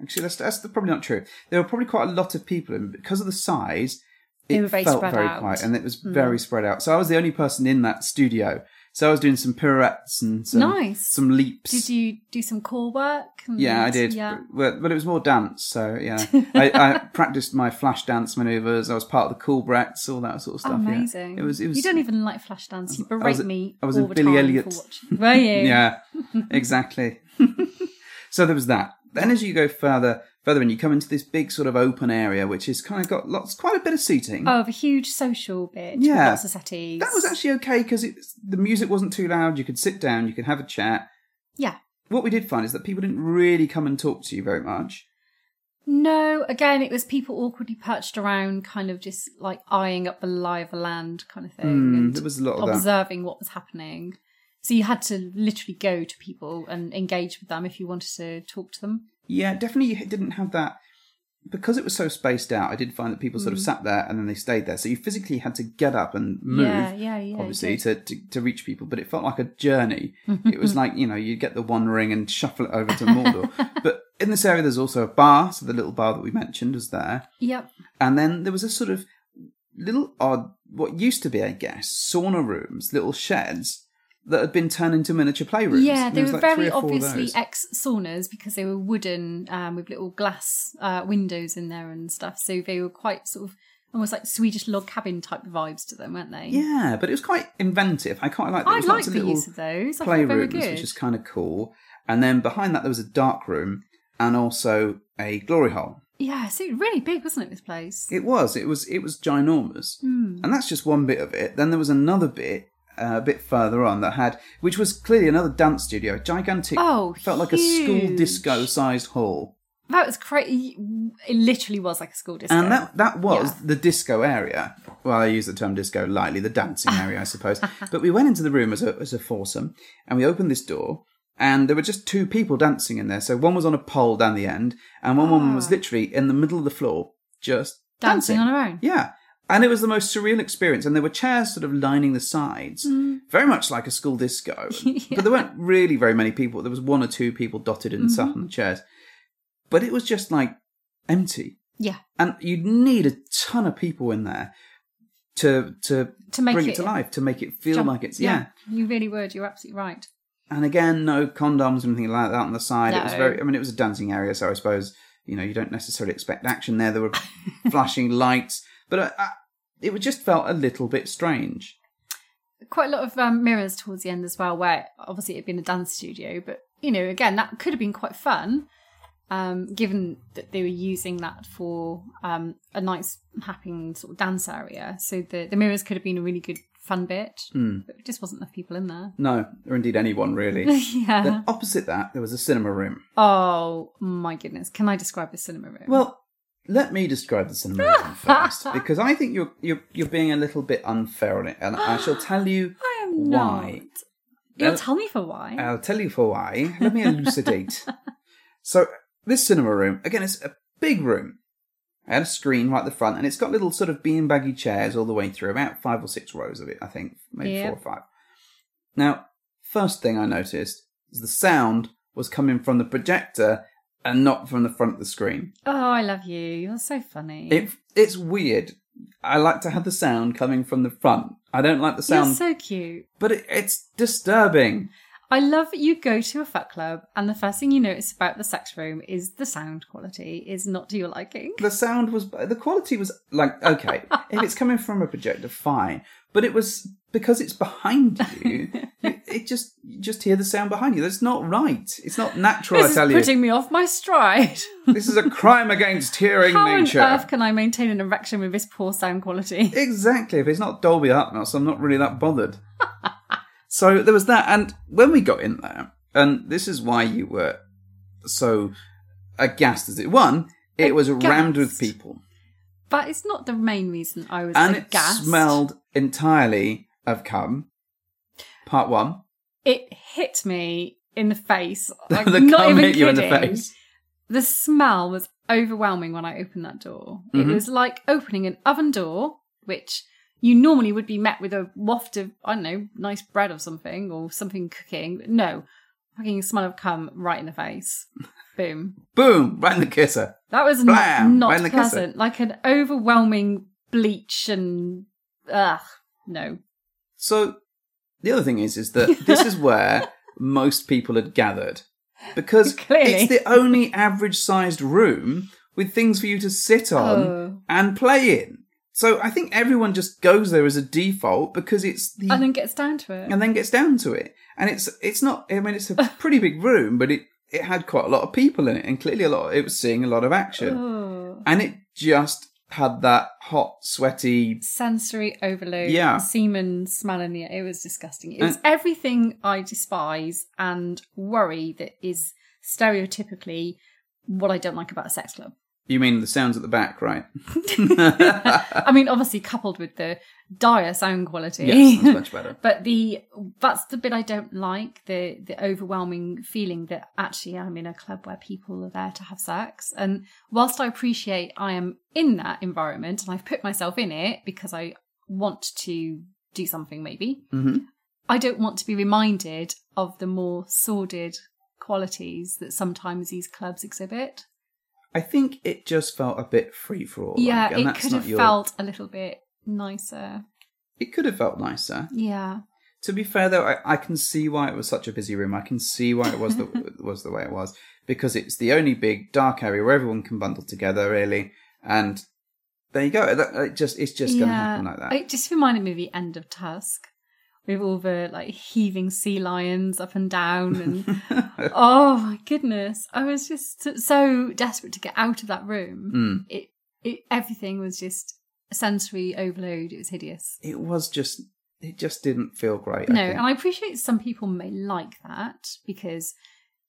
[SPEAKER 4] Actually, that's, that's probably not true. There were probably quite a lot of people, and because of the size,
[SPEAKER 2] They
[SPEAKER 4] it
[SPEAKER 2] were very
[SPEAKER 4] felt
[SPEAKER 2] spread
[SPEAKER 4] very
[SPEAKER 2] out. Mm.
[SPEAKER 4] quiet, and it was very spread out. So I was the only person in that studio. So I was doing some pirouettes and some,
[SPEAKER 2] Nice.
[SPEAKER 4] some leaps.
[SPEAKER 2] Did you do some core work? and-
[SPEAKER 4] yeah, I did.
[SPEAKER 2] Yeah.
[SPEAKER 4] Well, but it was more dance. So yeah, I, I practiced my flash dance maneuvers. I was part of the cool brats, all that sort of stuff. yeah.
[SPEAKER 2] Oh, Amazing.
[SPEAKER 4] It was. It was.
[SPEAKER 2] You don't even like flash dance. You berate
[SPEAKER 4] was a-
[SPEAKER 2] me.
[SPEAKER 4] I was
[SPEAKER 2] all
[SPEAKER 4] a
[SPEAKER 2] the
[SPEAKER 4] Billy
[SPEAKER 2] time
[SPEAKER 4] Elliot.
[SPEAKER 2] For watching. Were you?
[SPEAKER 4] yeah, exactly. so there was that. Then as you go further, further in, you come into this big sort of open area, which has kind of got lots, quite a bit of seating.
[SPEAKER 2] Oh, of a huge social bit.
[SPEAKER 4] Yeah.
[SPEAKER 2] With lots of settees.
[SPEAKER 4] That was actually okay because the music wasn't too loud. You could sit down, you could have a chat.
[SPEAKER 2] Yeah.
[SPEAKER 4] What we did find is that people didn't really come and talk to you very much.
[SPEAKER 2] No, again, it was people awkwardly perched around, kind of just like eyeing up the lie of the land kind of thing. and
[SPEAKER 4] there was a lot of that.
[SPEAKER 2] observing what was happening. So you had to literally go to people and engage with them if you wanted to talk to them.
[SPEAKER 4] Yeah, definitely you didn't have that because it was so spaced out. I did find that people sort of sat there and then they stayed there. So you physically had to get up and move,
[SPEAKER 2] Mm. Yeah, yeah, yeah,
[SPEAKER 4] obviously
[SPEAKER 2] you
[SPEAKER 4] to, to to reach people. But it felt like a journey. it was like you know you get the one ring and shuffle it over to Mordor. but in this area, there's also a bar. So the little bar that we mentioned was there,
[SPEAKER 2] Yep.
[SPEAKER 4] and then there was a sort of little odd what used to be, I guess, sauna rooms, little sheds that had been turned into miniature playrooms.
[SPEAKER 2] Yeah,
[SPEAKER 4] And
[SPEAKER 2] they
[SPEAKER 4] there
[SPEAKER 2] were
[SPEAKER 4] was like three
[SPEAKER 2] very
[SPEAKER 4] or four of
[SPEAKER 2] obviously
[SPEAKER 4] those.
[SPEAKER 2] ex saunas because they were wooden um, with little glass uh, windows in there and stuff. So they were quite sort of almost like Swedish log cabin type vibes to them, weren't they?
[SPEAKER 4] Yeah, but it was quite inventive. I quite like that.
[SPEAKER 2] I
[SPEAKER 4] It was lots
[SPEAKER 2] like
[SPEAKER 4] of
[SPEAKER 2] the
[SPEAKER 4] little
[SPEAKER 2] use of those. I thought they were
[SPEAKER 4] playrooms,
[SPEAKER 2] good.
[SPEAKER 4] which is kind of cool. And then behind that, there was a dark room and also a glory hole.
[SPEAKER 2] Yeah, so it was really big, wasn't it? This place.
[SPEAKER 4] It was. It was. It was ginormous.
[SPEAKER 2] Hmm.
[SPEAKER 4] And that's just one bit of it. Then there was another bit. Uh, a bit further on, that had which was clearly another dance studio, gigantic,
[SPEAKER 2] Oh,
[SPEAKER 4] felt like a school
[SPEAKER 2] huge.
[SPEAKER 4] disco-sized hall,
[SPEAKER 2] That was crazy. It literally was like a school disco.
[SPEAKER 4] and that that was
[SPEAKER 2] Yeah.
[SPEAKER 4] the disco area. Well, I use the term disco lightly, the dancing area, I suppose. But we went into the room as a as a foursome, and we opened this door, and there were just two people dancing in there. So one was on a pole down the end, and one woman was literally in the middle of the floor, just
[SPEAKER 2] Ah. dancing on her own.
[SPEAKER 4] Yeah. And it was the most surreal experience. And there were chairs sort of lining the sides,
[SPEAKER 2] Mm.
[SPEAKER 4] very much like a school disco. But there weren't really very many people. There was one or two people dotted
[SPEAKER 2] Mm-hmm.
[SPEAKER 4] and sat on the chairs. But it was just like empty.
[SPEAKER 2] Yeah.
[SPEAKER 4] And you'd need a ton of people in there. to to
[SPEAKER 2] To make
[SPEAKER 4] bring
[SPEAKER 2] it
[SPEAKER 4] it to life, to make it feel
[SPEAKER 2] Jump-
[SPEAKER 4] like it's yeah.
[SPEAKER 2] You really would. You're absolutely right.
[SPEAKER 4] And again, no condoms or anything like that on the side. It was
[SPEAKER 2] No.
[SPEAKER 4] very. I mean, it was a dancing area, so I suppose you know you don't necessarily expect action there. There were flashing lights, but I, I, it would just felt a little bit strange.
[SPEAKER 2] Quite a lot of um, mirrors towards the end as well, where obviously it'd been a dance studio, but you know, again, that could have been quite fun, um, given that they were using that for um, a nice, happy sort of dance area. So the the mirrors could have been a really good fun bit,
[SPEAKER 4] Hmm.
[SPEAKER 2] but it just wasn't enough people in there.
[SPEAKER 4] No, or indeed anyone really.
[SPEAKER 2] yeah.
[SPEAKER 4] then opposite that, there was a cinema room.
[SPEAKER 2] Oh my goodness! Can I describe the cinema room?
[SPEAKER 4] Well, let me describe the cinema room first, because I think you're you're you're being a little bit unfair on it, and I shall tell you
[SPEAKER 2] I am
[SPEAKER 4] why.
[SPEAKER 2] not. You'll
[SPEAKER 4] Uh,
[SPEAKER 2] tell me for why.
[SPEAKER 4] I'll tell you for why. Let me elucidate. so this cinema room, again, it's a big room. It had a screen right at the front, and it's got little sort of beanbaggy chairs all the way through, about five or six rows of it, I think, maybe
[SPEAKER 2] Yeah.
[SPEAKER 4] four or five. Now, first thing I noticed is the sound was coming from the projector and not from the front of the screen.
[SPEAKER 2] oh, I love you. You're so funny.
[SPEAKER 4] It it's weird. I like to have the sound coming from the front. I don't like the
[SPEAKER 2] You're
[SPEAKER 4] sound,
[SPEAKER 2] so cute.
[SPEAKER 4] but it, it's disturbing.
[SPEAKER 2] I love that you go to a fuck club and the first thing you notice about the sex room is the sound quality is not to your liking.
[SPEAKER 4] the sound was the quality was like okay if it's coming from a projector fine but it was because it's behind you you- it just you just hear the sound behind you that's not right it's not natural
[SPEAKER 2] this
[SPEAKER 4] i tell
[SPEAKER 2] is
[SPEAKER 4] you
[SPEAKER 2] putting me off my stride.
[SPEAKER 4] this is a crime against hearing
[SPEAKER 2] How on
[SPEAKER 4] nature
[SPEAKER 2] earth can I maintain an erection with this poor sound quality?
[SPEAKER 4] Exactly. If it's not Dolby Atmos, I'm not really that bothered. so there was that, and when we got in there, and this is why you were so aghast as it one, it was rammed with
[SPEAKER 2] Aghast.
[SPEAKER 4] people,
[SPEAKER 2] But it's not the main reason I was
[SPEAKER 4] and it
[SPEAKER 2] aghast.
[SPEAKER 4] smelled entirely of cum. Part one,
[SPEAKER 2] It hit me in the face. Like,
[SPEAKER 4] the
[SPEAKER 2] not
[SPEAKER 4] cum
[SPEAKER 2] even
[SPEAKER 4] hit you in the
[SPEAKER 2] kidding.
[SPEAKER 4] face.
[SPEAKER 2] The smell was overwhelming when I opened that door.
[SPEAKER 4] Mm-hmm.
[SPEAKER 2] It was like opening an oven door, which you normally would be met with a waft of, I don't know, nice bread or something or something cooking. But no, fucking smell of cum right in the face. Boom.
[SPEAKER 4] Boom! Right in the kisser.
[SPEAKER 2] That was n-
[SPEAKER 4] Blam!
[SPEAKER 2] not
[SPEAKER 4] Right in the kisser.
[SPEAKER 2] pleasant. Like an overwhelming bleach and, ugh, no.
[SPEAKER 4] So the other thing is, is that this is where most people had gathered because
[SPEAKER 2] Clearly.
[SPEAKER 4] it's the only average-sized room with things for you to sit on
[SPEAKER 2] Oh.
[SPEAKER 4] and play in. So I think everyone just goes there as a default because it's the
[SPEAKER 2] And then gets down to it.
[SPEAKER 4] and then gets down to it. And it's it's not. I mean, it's a pretty big room, but it it had quite a lot of people in it, and clearly a lot. It was seeing a lot of action,
[SPEAKER 2] Oh.
[SPEAKER 4] and it just had that hot, sweaty
[SPEAKER 2] sensory overload,
[SPEAKER 4] Yeah.
[SPEAKER 2] semen smell in the air. It was disgusting. It was
[SPEAKER 4] And-
[SPEAKER 2] everything I despise and worry that is stereotypically what I don't like about a sex club.
[SPEAKER 4] You mean the sounds at the back, right?
[SPEAKER 2] I mean, obviously coupled with the dire sound quality.
[SPEAKER 4] Yes, that's much better.
[SPEAKER 2] But the that's the bit I don't like the the overwhelming feeling that actually I'm in a club where people are there to have sex. And whilst I appreciate I am in that environment and I've put myself in it because I want to do something, maybe
[SPEAKER 4] Mhm.
[SPEAKER 2] I don't want to be reminded of the more sordid qualities that sometimes these clubs exhibit.
[SPEAKER 4] I think it just felt a bit free for all.
[SPEAKER 2] yeah,
[SPEAKER 4] like, and
[SPEAKER 2] it
[SPEAKER 4] that's
[SPEAKER 2] could
[SPEAKER 4] not
[SPEAKER 2] have
[SPEAKER 4] your-
[SPEAKER 2] felt a little bit nicer.
[SPEAKER 4] It could have felt nicer.
[SPEAKER 2] Yeah.
[SPEAKER 4] To be fair, though, I, I can see why it was such a busy room. I can see why it was the was the way it was because it's the only big dark area where everyone can bundle together, really. And there you go. That- It just it's just going to happen like that.
[SPEAKER 2] It just reminded me of the end of Tusk with all the like heaving sea lions up and down and oh my goodness. I was just so desperate to get out of that room.
[SPEAKER 4] Mm.
[SPEAKER 2] It, it everything was just sensory overload. It was hideous.
[SPEAKER 4] It was just it just didn't feel great.
[SPEAKER 2] No,
[SPEAKER 4] I think.
[SPEAKER 2] and I appreciate some people may like that because,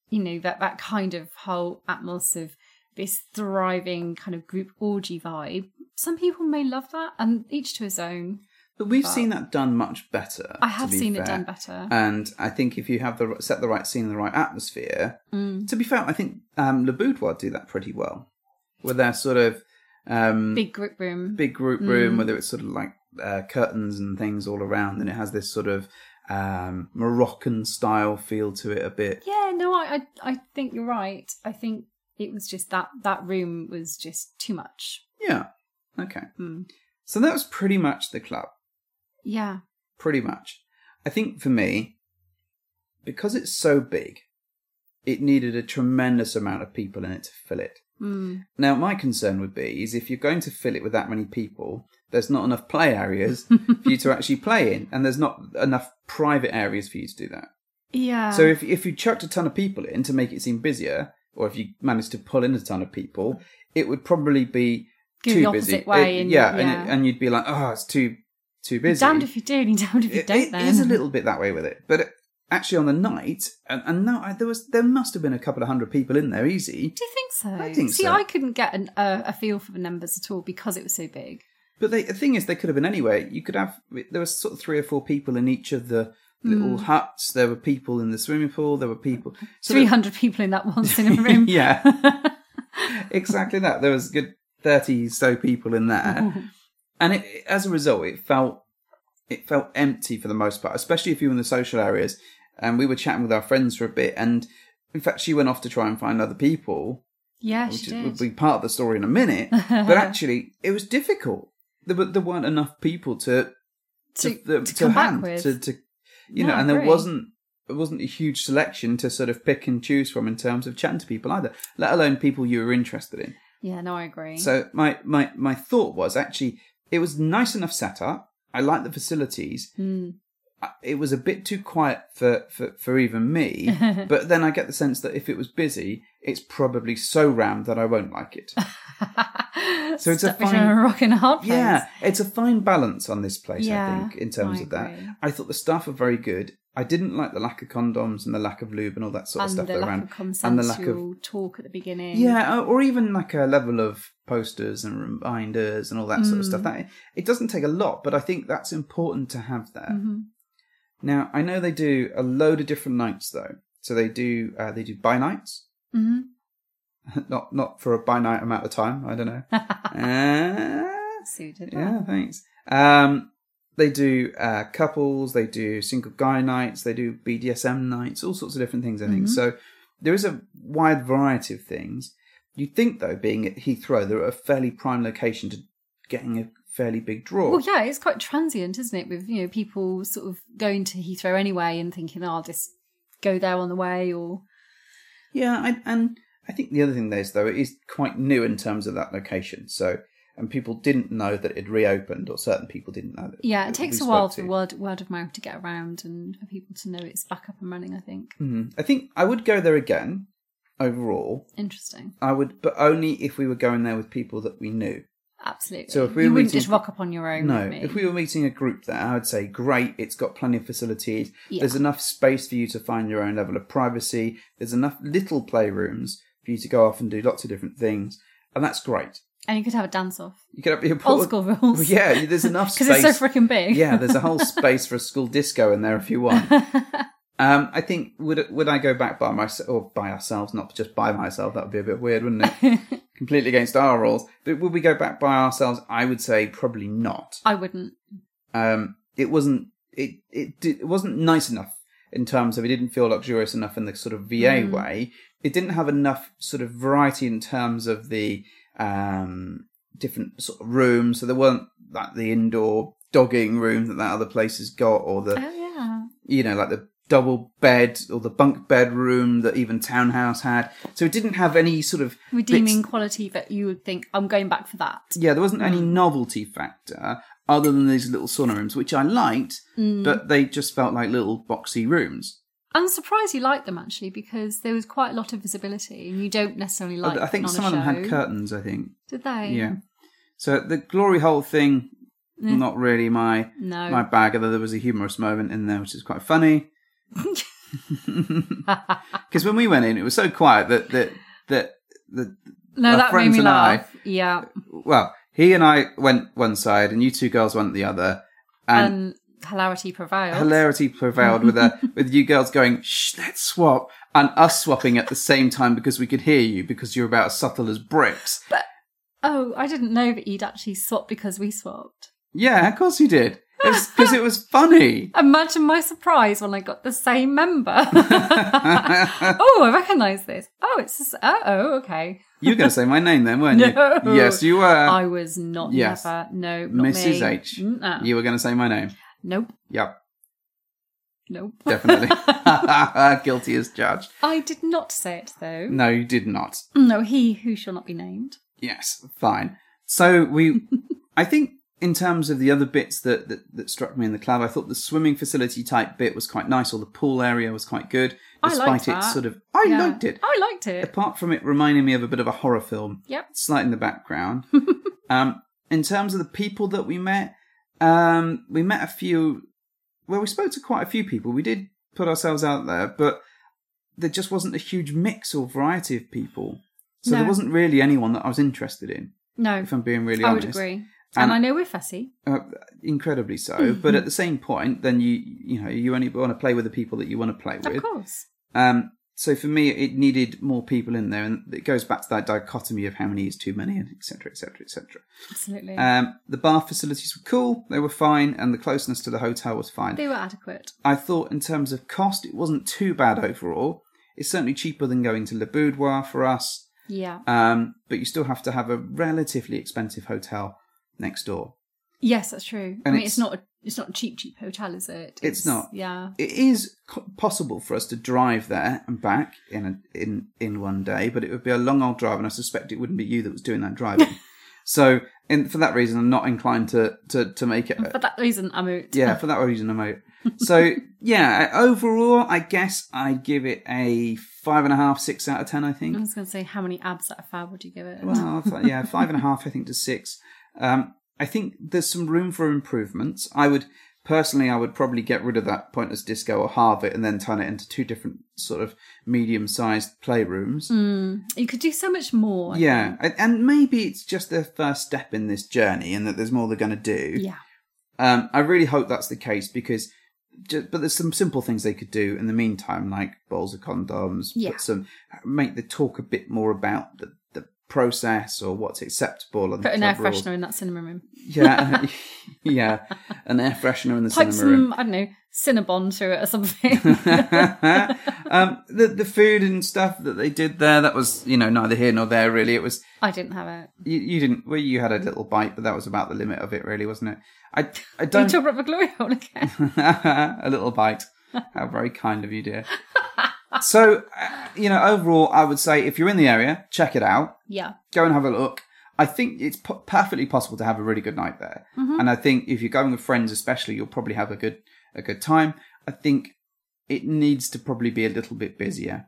[SPEAKER 2] you know, that, that kind of whole atmos of this thriving kind of group orgy vibe. Some people may love that, and each to his own.
[SPEAKER 4] but we've seen that done much better.
[SPEAKER 2] I
[SPEAKER 4] to
[SPEAKER 2] have
[SPEAKER 4] be
[SPEAKER 2] seen it
[SPEAKER 4] fair.
[SPEAKER 2] done better.
[SPEAKER 4] And I think if you have the set the right scene and the right atmosphere, to be fair, I think um, Le Boudoir do that pretty well, with their sort of um, big,
[SPEAKER 2] big group room.
[SPEAKER 4] group room, whether it's sort of like uh, curtains and things all around, and it has this sort of um, Moroccan style feel to it a bit.
[SPEAKER 2] Yeah, no, I, I I think you're right. I think it was just that that room was just too much.
[SPEAKER 4] Yeah. Okay.
[SPEAKER 2] Mm.
[SPEAKER 4] So that was pretty much the club.
[SPEAKER 2] Yeah.
[SPEAKER 4] Pretty much. I think for me, because it's so big, it needed a tremendous amount of people in it to fill it.
[SPEAKER 2] Mm.
[SPEAKER 4] Now, my concern would be is if you're going to fill it with that many people, there's not enough play areas for you to actually play in, and there's not enough private areas for you to do that.
[SPEAKER 2] Yeah.
[SPEAKER 4] So if if you chucked a ton of people in to make it seem busier, or if you managed to pull in a ton of people, it would probably be
[SPEAKER 2] Go
[SPEAKER 4] too
[SPEAKER 2] the
[SPEAKER 4] busy.
[SPEAKER 2] opposite way
[SPEAKER 4] It-
[SPEAKER 2] and-
[SPEAKER 4] yeah, And, it,
[SPEAKER 2] yeah.
[SPEAKER 4] and you'd be like, oh, it's too too busy.
[SPEAKER 2] damned if you do, and damned if you
[SPEAKER 4] It-
[SPEAKER 2] don't.
[SPEAKER 4] it
[SPEAKER 2] then
[SPEAKER 4] is a little bit that way with it, but it- actually on the night, and, and no, I, there was there must have been a couple of hundred people in there easy,
[SPEAKER 2] Do you think so?
[SPEAKER 4] I think
[SPEAKER 2] See,
[SPEAKER 4] so.
[SPEAKER 2] I couldn't get an, uh, a feel for the numbers at all because it was so big.
[SPEAKER 4] but they, the thing is, they could have been anywhere. You could have there was sort of three or four people in each of the little huts. There were people in the swimming pool. There were people. So
[SPEAKER 2] Hmm. Three
[SPEAKER 4] there-
[SPEAKER 2] hundred people in that one cinema room.
[SPEAKER 4] yeah, exactly that. There was a good thirty so people in there, and it, as a result, it felt it felt empty for the most part, especially if you were in the social areas. And we were chatting with our friends for a bit, and in fact, she went off to try and find other people,
[SPEAKER 2] yeah,
[SPEAKER 4] which
[SPEAKER 2] she
[SPEAKER 4] is-
[SPEAKER 2] did.
[SPEAKER 4] will be part of the story in a minute. but actually, it was difficult. There, were- there weren't enough people to
[SPEAKER 2] to,
[SPEAKER 4] the-
[SPEAKER 2] to come
[SPEAKER 4] hand,
[SPEAKER 2] back with.
[SPEAKER 4] to, to you
[SPEAKER 2] No,
[SPEAKER 4] know,
[SPEAKER 2] I
[SPEAKER 4] and there
[SPEAKER 2] agree.
[SPEAKER 4] wasn't there wasn't a huge selection to sort of pick and choose from in terms of chatting to people either, let alone people you were interested in.
[SPEAKER 2] yeah, no, I agree.
[SPEAKER 4] So my my my thought was actually it was nice enough setup. I liked the facilities.
[SPEAKER 2] Mm.
[SPEAKER 4] I- It was a bit too quiet for, for, for even me, but then I get the sense that if it was busy, it's probably so rammed that I won't like it. So it's a
[SPEAKER 2] Stuck between
[SPEAKER 4] fine-
[SPEAKER 2] a rock and a hard place.
[SPEAKER 4] Yeah, it's a fine balance on this place, I
[SPEAKER 2] Yeah,
[SPEAKER 4] think, in terms
[SPEAKER 2] I
[SPEAKER 4] of that.
[SPEAKER 2] agree.
[SPEAKER 4] I thought the staff were very good. I didn't like the lack of condoms and the lack of lube and all that sort
[SPEAKER 2] and
[SPEAKER 4] of stuff
[SPEAKER 2] the
[SPEAKER 4] that
[SPEAKER 2] lack
[SPEAKER 4] ran,
[SPEAKER 2] of consensual talk at the beginning.
[SPEAKER 4] yeah, or- or even like a level of posters and reminders and all that sort of stuff.
[SPEAKER 2] Mm.
[SPEAKER 4] That it doesn't take a lot, but I think that's important to have there.
[SPEAKER 2] Mhm.
[SPEAKER 4] Now I know they do a load of different nights though. So they do uh, they do by nights,
[SPEAKER 2] hmm
[SPEAKER 4] not not for a by night amount of time. I don't know. Uh,
[SPEAKER 2] Suited.
[SPEAKER 4] yeah, thanks. Um, they do uh, couples, they do single guy nights, they do BDSM nights, all sorts of different things. I
[SPEAKER 2] Mm-hmm.
[SPEAKER 4] think so. There is a wide variety of things. You'd think, though, being at Heathrow, they're at a fairly prime location to getting a fairly big draw.
[SPEAKER 2] Well, yeah, it's quite transient, isn't it? With you know people sort of going to Heathrow anyway and thinking, "Oh, I'll just go there on the way," or
[SPEAKER 4] Yeah, I, and I think the other thing there is though it is quite new in terms of that location. So, and people didn't know that it reopened, or certain people didn't know. That
[SPEAKER 2] yeah, it
[SPEAKER 4] that
[SPEAKER 2] takes
[SPEAKER 4] we
[SPEAKER 2] a while
[SPEAKER 4] spoke
[SPEAKER 2] for
[SPEAKER 4] to.
[SPEAKER 2] word word of mouth to get around and for people to know it's back up and running. I think
[SPEAKER 4] Mhm. I think I would go there again. Overall,
[SPEAKER 2] interesting,
[SPEAKER 4] I would, but only if we were going there with people that we knew.
[SPEAKER 2] absolutely.
[SPEAKER 4] So if we
[SPEAKER 2] you
[SPEAKER 4] were
[SPEAKER 2] wouldn't
[SPEAKER 4] meeting-
[SPEAKER 2] just rock up on your own,
[SPEAKER 4] No,
[SPEAKER 2] with me.
[SPEAKER 4] if we were meeting a group there, I would say, great, it's got plenty of facilities.
[SPEAKER 2] Yeah.
[SPEAKER 4] There's enough space for you to find your own level of privacy. There's enough little playrooms for you to go off and do lots of different things. And that's great.
[SPEAKER 2] and you could have a dance off,
[SPEAKER 4] You could have your pool-
[SPEAKER 2] old school rules.
[SPEAKER 4] Well, yeah, there's enough
[SPEAKER 2] because
[SPEAKER 4] space.
[SPEAKER 2] it's so freaking big.
[SPEAKER 4] yeah, there's a whole space for a school disco in there if you want. Um, I think would would I go back by myself or by ourselves, not just by myself? That would be a bit weird, wouldn't it? Completely against our rules. But would we go back by ourselves? I would say probably not.
[SPEAKER 2] I wouldn't.
[SPEAKER 4] Um, it wasn't it it, di- it wasn't nice enough in terms of it didn't feel luxurious enough in the sort of VA way. It didn't have enough sort of variety in terms of the um, different sort of rooms. So there weren't like the indoor dogging room that that other place has got, or the
[SPEAKER 2] Oh yeah,
[SPEAKER 4] you know, like the double bed or the bunk bed room that even Townhouse had. So it didn't have any sort of
[SPEAKER 2] redeeming
[SPEAKER 4] bits-
[SPEAKER 2] quality that you would think I'm going back for that.
[SPEAKER 4] yeah, there wasn't any
[SPEAKER 2] Mm.
[SPEAKER 4] novelty factor other than these little sauna rooms, which I liked,
[SPEAKER 2] Mm.
[SPEAKER 4] but they just felt like little boxy rooms.
[SPEAKER 2] I'm surprised you liked them actually because there was quite a lot of visibility, and you don't necessarily like.
[SPEAKER 4] I think
[SPEAKER 2] on a
[SPEAKER 4] some of them had
[SPEAKER 2] show.
[SPEAKER 4] curtains. I think
[SPEAKER 2] Did they?
[SPEAKER 4] yeah. So the glory hole thing, not really my
[SPEAKER 2] No.
[SPEAKER 4] my bag. Although there was a humorous moment in there, which is quite funny. Because when we went in, it was so quiet that that that that
[SPEAKER 2] No,
[SPEAKER 4] My
[SPEAKER 2] that made
[SPEAKER 4] friends
[SPEAKER 2] me
[SPEAKER 4] and I-
[SPEAKER 2] laugh. yeah,
[SPEAKER 4] well, he and I went one side, and you two girls went the other, and
[SPEAKER 2] and hilarity prevailed.
[SPEAKER 4] hilarity prevailed with a, with you girls going, "Shh, let's swap," and us swapping at the same time because we could hear you because you're about as subtle as bricks.
[SPEAKER 2] Oh, I didn't know that you'd actually swapped because we swapped.
[SPEAKER 4] Yeah, of course you did. because it was funny.
[SPEAKER 2] Imagine my surprise when I got the same member. oh, I recognise this. Oh, it's this. Uh oh, okay.
[SPEAKER 4] You were going to say my name then, weren't
[SPEAKER 2] No.
[SPEAKER 4] you? Yes, you were.
[SPEAKER 2] I was not
[SPEAKER 4] Uh, yes.
[SPEAKER 2] never. No, not
[SPEAKER 4] Mrs.
[SPEAKER 2] me.
[SPEAKER 4] H.
[SPEAKER 2] Mm-uh.
[SPEAKER 4] You were going to say my name.
[SPEAKER 2] Nope.
[SPEAKER 4] Yep,
[SPEAKER 2] Nope.
[SPEAKER 4] definitely. Guilty as charged.
[SPEAKER 2] I did not say it though.
[SPEAKER 4] No, you did not.
[SPEAKER 2] No, he who shall not be named.
[SPEAKER 4] Yes, fine. So we, I think, in terms of the other bits that, that that struck me in the club, I thought the swimming facility type bit was quite nice, or the pool area was quite good,
[SPEAKER 2] I
[SPEAKER 4] despite
[SPEAKER 2] liked
[SPEAKER 4] its
[SPEAKER 2] that.
[SPEAKER 4] sort of. I
[SPEAKER 2] Yeah. Oh,
[SPEAKER 4] liked it.
[SPEAKER 2] I liked it.
[SPEAKER 4] Apart from it reminding me of a bit of a horror film,
[SPEAKER 2] Yep.
[SPEAKER 4] slight in the background. um, in terms of the people that we met, um, we met a few. Well, we spoke to quite a few people. We did put ourselves out there, but there just wasn't a huge mix or variety of people. So
[SPEAKER 2] No.
[SPEAKER 4] there wasn't really anyone that I was interested in
[SPEAKER 2] No,
[SPEAKER 4] if I'm being really
[SPEAKER 2] I would
[SPEAKER 4] honest.
[SPEAKER 2] agree. And,
[SPEAKER 4] And-
[SPEAKER 2] I know we're fussy.
[SPEAKER 4] Uh, incredibly so. But at the same point, then you you know you only want to play with the people that you want to play
[SPEAKER 2] Of
[SPEAKER 4] with.
[SPEAKER 2] course.
[SPEAKER 4] Um, so for me, it needed more people in there, and it goes back to that dichotomy of how many is too many, and etc. etc. etc.
[SPEAKER 2] Absolutely.
[SPEAKER 4] Um, the bar facilities were cool; they were fine, and the closeness to the hotel was fine.
[SPEAKER 2] they were adequate.
[SPEAKER 4] I thought in terms of cost, it wasn't too bad overall. It's certainly cheaper than going to Le Boudoir for us,
[SPEAKER 2] Yeah.
[SPEAKER 4] um, but you still have to have a relatively expensive hotel next door.
[SPEAKER 2] Yes, that's true. I
[SPEAKER 4] and
[SPEAKER 2] mean, it's,
[SPEAKER 4] it's-
[SPEAKER 2] not a, it's not a cheap cheap hotel, is it?
[SPEAKER 4] It's not.
[SPEAKER 2] Yeah.
[SPEAKER 4] it is co- possible for us to drive there and back in a, in in one day, but it would be a long old drive, and I suspect it wouldn't be you that was doing that driving. so, and for that reason, I'm not inclined to to, to make it.
[SPEAKER 2] For that reason, I'm out.
[SPEAKER 4] yeah, Uh, for that reason, I'm out. So, yeah, I- overall, I guess I give it a five and a half, six out of ten. I think.
[SPEAKER 2] I was going to say, how many abs out of five would you give it?
[SPEAKER 4] Well, f- yeah, five and a half, I think, to six. Um, I think there's some room for improvements. I would personally, I would probably get rid of that pointless disco or halve it and then turn it into two different sort of medium-sized playrooms.
[SPEAKER 2] Mm. Hmm. you could do so much more. I
[SPEAKER 4] Yeah,
[SPEAKER 2] think.
[SPEAKER 4] and- and maybe it's just their first step in this journey, and that there's more they're going to do.
[SPEAKER 2] Yeah.
[SPEAKER 4] Um, I really hope that's the case because, just, but there's some simple things they could do in the meantime, like bowls of condoms.
[SPEAKER 2] Yeah.
[SPEAKER 4] Put some make the talk a bit more about the, the process or what's acceptable. And
[SPEAKER 2] Put an
[SPEAKER 4] the
[SPEAKER 2] air
[SPEAKER 4] club rules.
[SPEAKER 2] freshener in that cinema room.
[SPEAKER 4] Yeah, yeah, an air freshener in the
[SPEAKER 2] Pipe
[SPEAKER 4] cinema room.
[SPEAKER 2] some, I don't know, Cinnabon through it or something.
[SPEAKER 4] um, the the food and stuff that they did there that was you know neither here nor there really. It was
[SPEAKER 2] I didn't have it.
[SPEAKER 4] you, you didn't well you had a little bite, but that was about the limit of it really, wasn't it? I I
[SPEAKER 2] Don't...
[SPEAKER 4] don't
[SPEAKER 2] You chop up a glory hole again.
[SPEAKER 4] a little bite. How very kind of you, dear. so, uh, you know, overall, I would say if you're in the area, check it out.
[SPEAKER 2] yeah.
[SPEAKER 4] Go and have a look. I think it's po- perfectly possible to have a really good night there, and I think if you're going with friends, especially, you'll probably have a good a good time. I think it needs to probably be a little bit busier.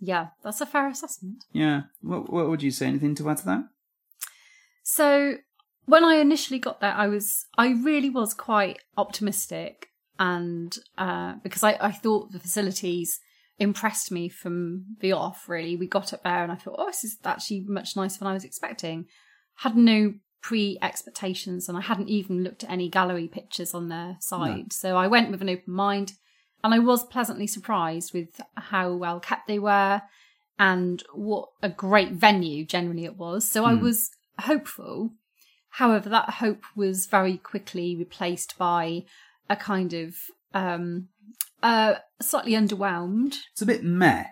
[SPEAKER 2] Yeah. That's a fair assessment.
[SPEAKER 4] Yeah. What, what would you say? Anything to add to that?
[SPEAKER 2] So when I initially got there, I was I really was quite optimistic, and uh, because I, I thought the facilities impressed me from the off. Really, we got up there, and I thought, oh, this is actually much nicer than I was expecting. Had no pre expectations, and I hadn't even looked at any gallery pictures on their side. So I went with an open mind, and I was pleasantly surprised with how well kept they were and what a great venue generally it was. So I
[SPEAKER 4] Hmm.
[SPEAKER 2] was hopeful. However, that hope was very quickly replaced by a kind of um uh slightly underwhelmed.
[SPEAKER 4] It's a bit meh,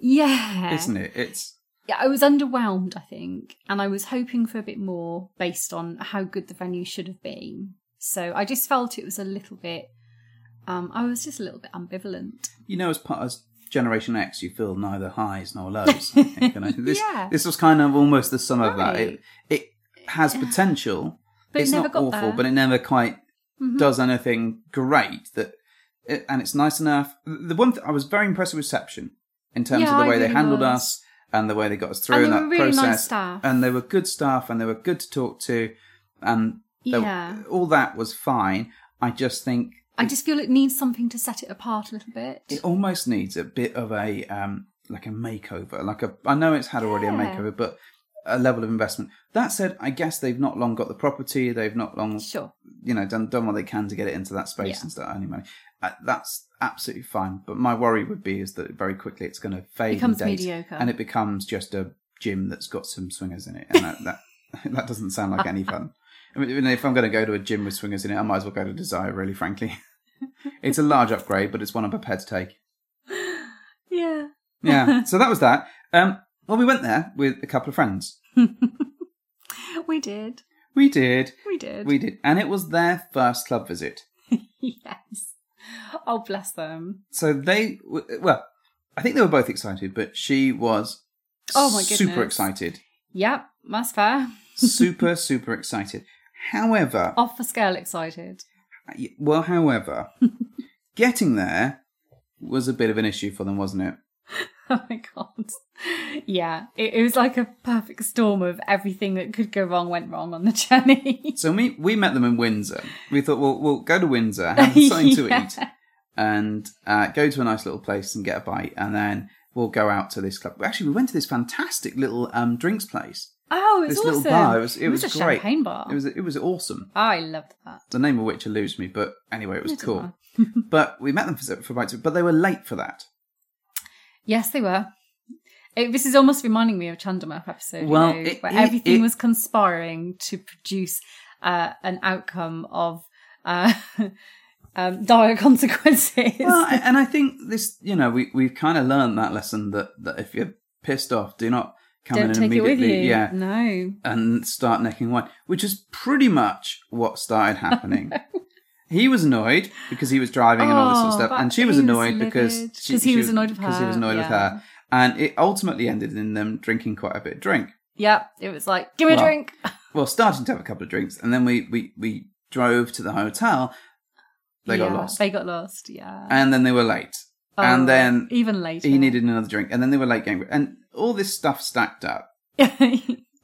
[SPEAKER 2] Yeah.
[SPEAKER 4] isn't it? It's
[SPEAKER 2] Yeah, I was underwhelmed, I think, and I was hoping for a bit more based on how good the venue should have been. So I just felt it was a little bit um I was just a little bit ambivalent.
[SPEAKER 4] you know, as part as Generation X, you feel neither highs nor lows. I think, and I- this,
[SPEAKER 2] Yeah.
[SPEAKER 4] this was kind of almost the sum of that.
[SPEAKER 2] Right.
[SPEAKER 4] It, it has potential.
[SPEAKER 2] But it
[SPEAKER 4] it's
[SPEAKER 2] never
[SPEAKER 4] not
[SPEAKER 2] got
[SPEAKER 4] awful,
[SPEAKER 2] there. Mm-hmm.
[SPEAKER 4] but it never quite does anything great. That it, and it's nice enough. The one th- I was very impressed with reception in terms
[SPEAKER 2] Yeah,
[SPEAKER 4] of the
[SPEAKER 2] I
[SPEAKER 4] way they
[SPEAKER 2] really
[SPEAKER 4] handled
[SPEAKER 2] was.
[SPEAKER 4] us and the way they got us through
[SPEAKER 2] And
[SPEAKER 4] in
[SPEAKER 2] they
[SPEAKER 4] that
[SPEAKER 2] were really nice
[SPEAKER 4] process.
[SPEAKER 2] staff.
[SPEAKER 4] And they were good staff, and they were good to talk to, and they-
[SPEAKER 2] Yeah.
[SPEAKER 4] all that was fine. I just think
[SPEAKER 2] I just feel it needs something to set it apart a little bit.
[SPEAKER 4] it almost needs a bit of a um like a makeover like a i know it's had already a
[SPEAKER 2] Yeah.
[SPEAKER 4] makeover but a level of investment that said i guess they've not long got the property they've not long
[SPEAKER 2] Sure.
[SPEAKER 4] you know done done what they can to get it into that space
[SPEAKER 2] Yeah.
[SPEAKER 4] and start earning money uh, that's absolutely fine but my worry would be is that very quickly it's going to fade
[SPEAKER 2] Becomes
[SPEAKER 4] and date,
[SPEAKER 2] mediocre.
[SPEAKER 4] and it becomes just a gym that's got some swingers in it and that that, that doesn't sound like any fun I mean, if I'm going to go to a gym with swingers in it, I might as well go to Desire, really, frankly. it's a large upgrade, but it's one I'm prepared to take.
[SPEAKER 2] Yeah.
[SPEAKER 4] Yeah, so that was that. Um, well, we went there with a couple of friends.
[SPEAKER 2] We did.
[SPEAKER 4] We did.
[SPEAKER 2] We did.
[SPEAKER 4] We did. And it was their first club visit.
[SPEAKER 2] yes. Oh, bless them.
[SPEAKER 4] So they, w- well, I think they were both excited, but she was
[SPEAKER 2] Oh my
[SPEAKER 4] super
[SPEAKER 2] goodness.
[SPEAKER 4] excited.
[SPEAKER 2] Yep, that's fair.
[SPEAKER 4] Super, super excited. However,
[SPEAKER 2] Off the scale excited.
[SPEAKER 4] y- well, however, getting there was a bit of an issue for them, wasn't it?
[SPEAKER 2] Oh my god. Yeah, it, it was like a perfect storm of everything that could go wrong went wrong on the journey.
[SPEAKER 4] So we we met them in Windsor. We thought, well, we'll go to Windsor, have something to
[SPEAKER 2] Yeah.
[SPEAKER 4] eat, and uh, go to a nice little place and get a bite, and then we'll go out to this club. Actually, we went to this fantastic little um, drinks place.
[SPEAKER 2] oh, it's
[SPEAKER 4] This
[SPEAKER 2] awesome.
[SPEAKER 4] little bar. It was it,
[SPEAKER 2] was, a
[SPEAKER 4] great.
[SPEAKER 2] champagne bar.
[SPEAKER 4] It was it was awesome.
[SPEAKER 2] I loved that.
[SPEAKER 4] The name of which eludes me, but anyway, it was
[SPEAKER 2] It doesn't
[SPEAKER 4] cool. but we met them for, for a bite, to- but they were late for that.
[SPEAKER 2] Yes, they were. It, this is almost reminding me of Chandramup episode, you
[SPEAKER 4] Well,
[SPEAKER 2] know,
[SPEAKER 4] it-
[SPEAKER 2] where
[SPEAKER 4] it-
[SPEAKER 2] everything
[SPEAKER 4] it-
[SPEAKER 2] was conspiring to produce uh, an outcome of uh, um, dire consequences.
[SPEAKER 4] Well, I- and I think this, you know, we we've kind of learned that lesson that that if you're pissed off, do not come
[SPEAKER 2] Don't
[SPEAKER 4] in
[SPEAKER 2] take
[SPEAKER 4] and
[SPEAKER 2] it with
[SPEAKER 4] immediately,
[SPEAKER 2] you.
[SPEAKER 4] yeah,
[SPEAKER 2] No.
[SPEAKER 4] and start necking wine, which is pretty much what started happening. He was annoyed because he was driving and all this sort of
[SPEAKER 2] Oh,
[SPEAKER 4] stuff,
[SPEAKER 2] but
[SPEAKER 4] and she was
[SPEAKER 2] he was
[SPEAKER 4] annoyed because
[SPEAKER 2] livid.
[SPEAKER 4] she-
[SPEAKER 2] 'Cause he
[SPEAKER 4] she
[SPEAKER 2] was annoyed with
[SPEAKER 4] because he was
[SPEAKER 2] her,
[SPEAKER 4] annoyed with
[SPEAKER 2] yeah.
[SPEAKER 4] her, and it ultimately ended in them drinking quite a bit of drink.
[SPEAKER 2] Yep. It was like, give me
[SPEAKER 4] Well,
[SPEAKER 2] a drink.
[SPEAKER 4] Well, starting to have a couple of drinks, and then we we we drove to the hotel. They got
[SPEAKER 2] Yeah,
[SPEAKER 4] lost,
[SPEAKER 2] They got lost. Yeah.
[SPEAKER 4] and then they were late, and
[SPEAKER 2] Oh,
[SPEAKER 4] then
[SPEAKER 2] even later,
[SPEAKER 4] he needed another drink, and then they were late game, and all this stuff stacked up,
[SPEAKER 2] yeah,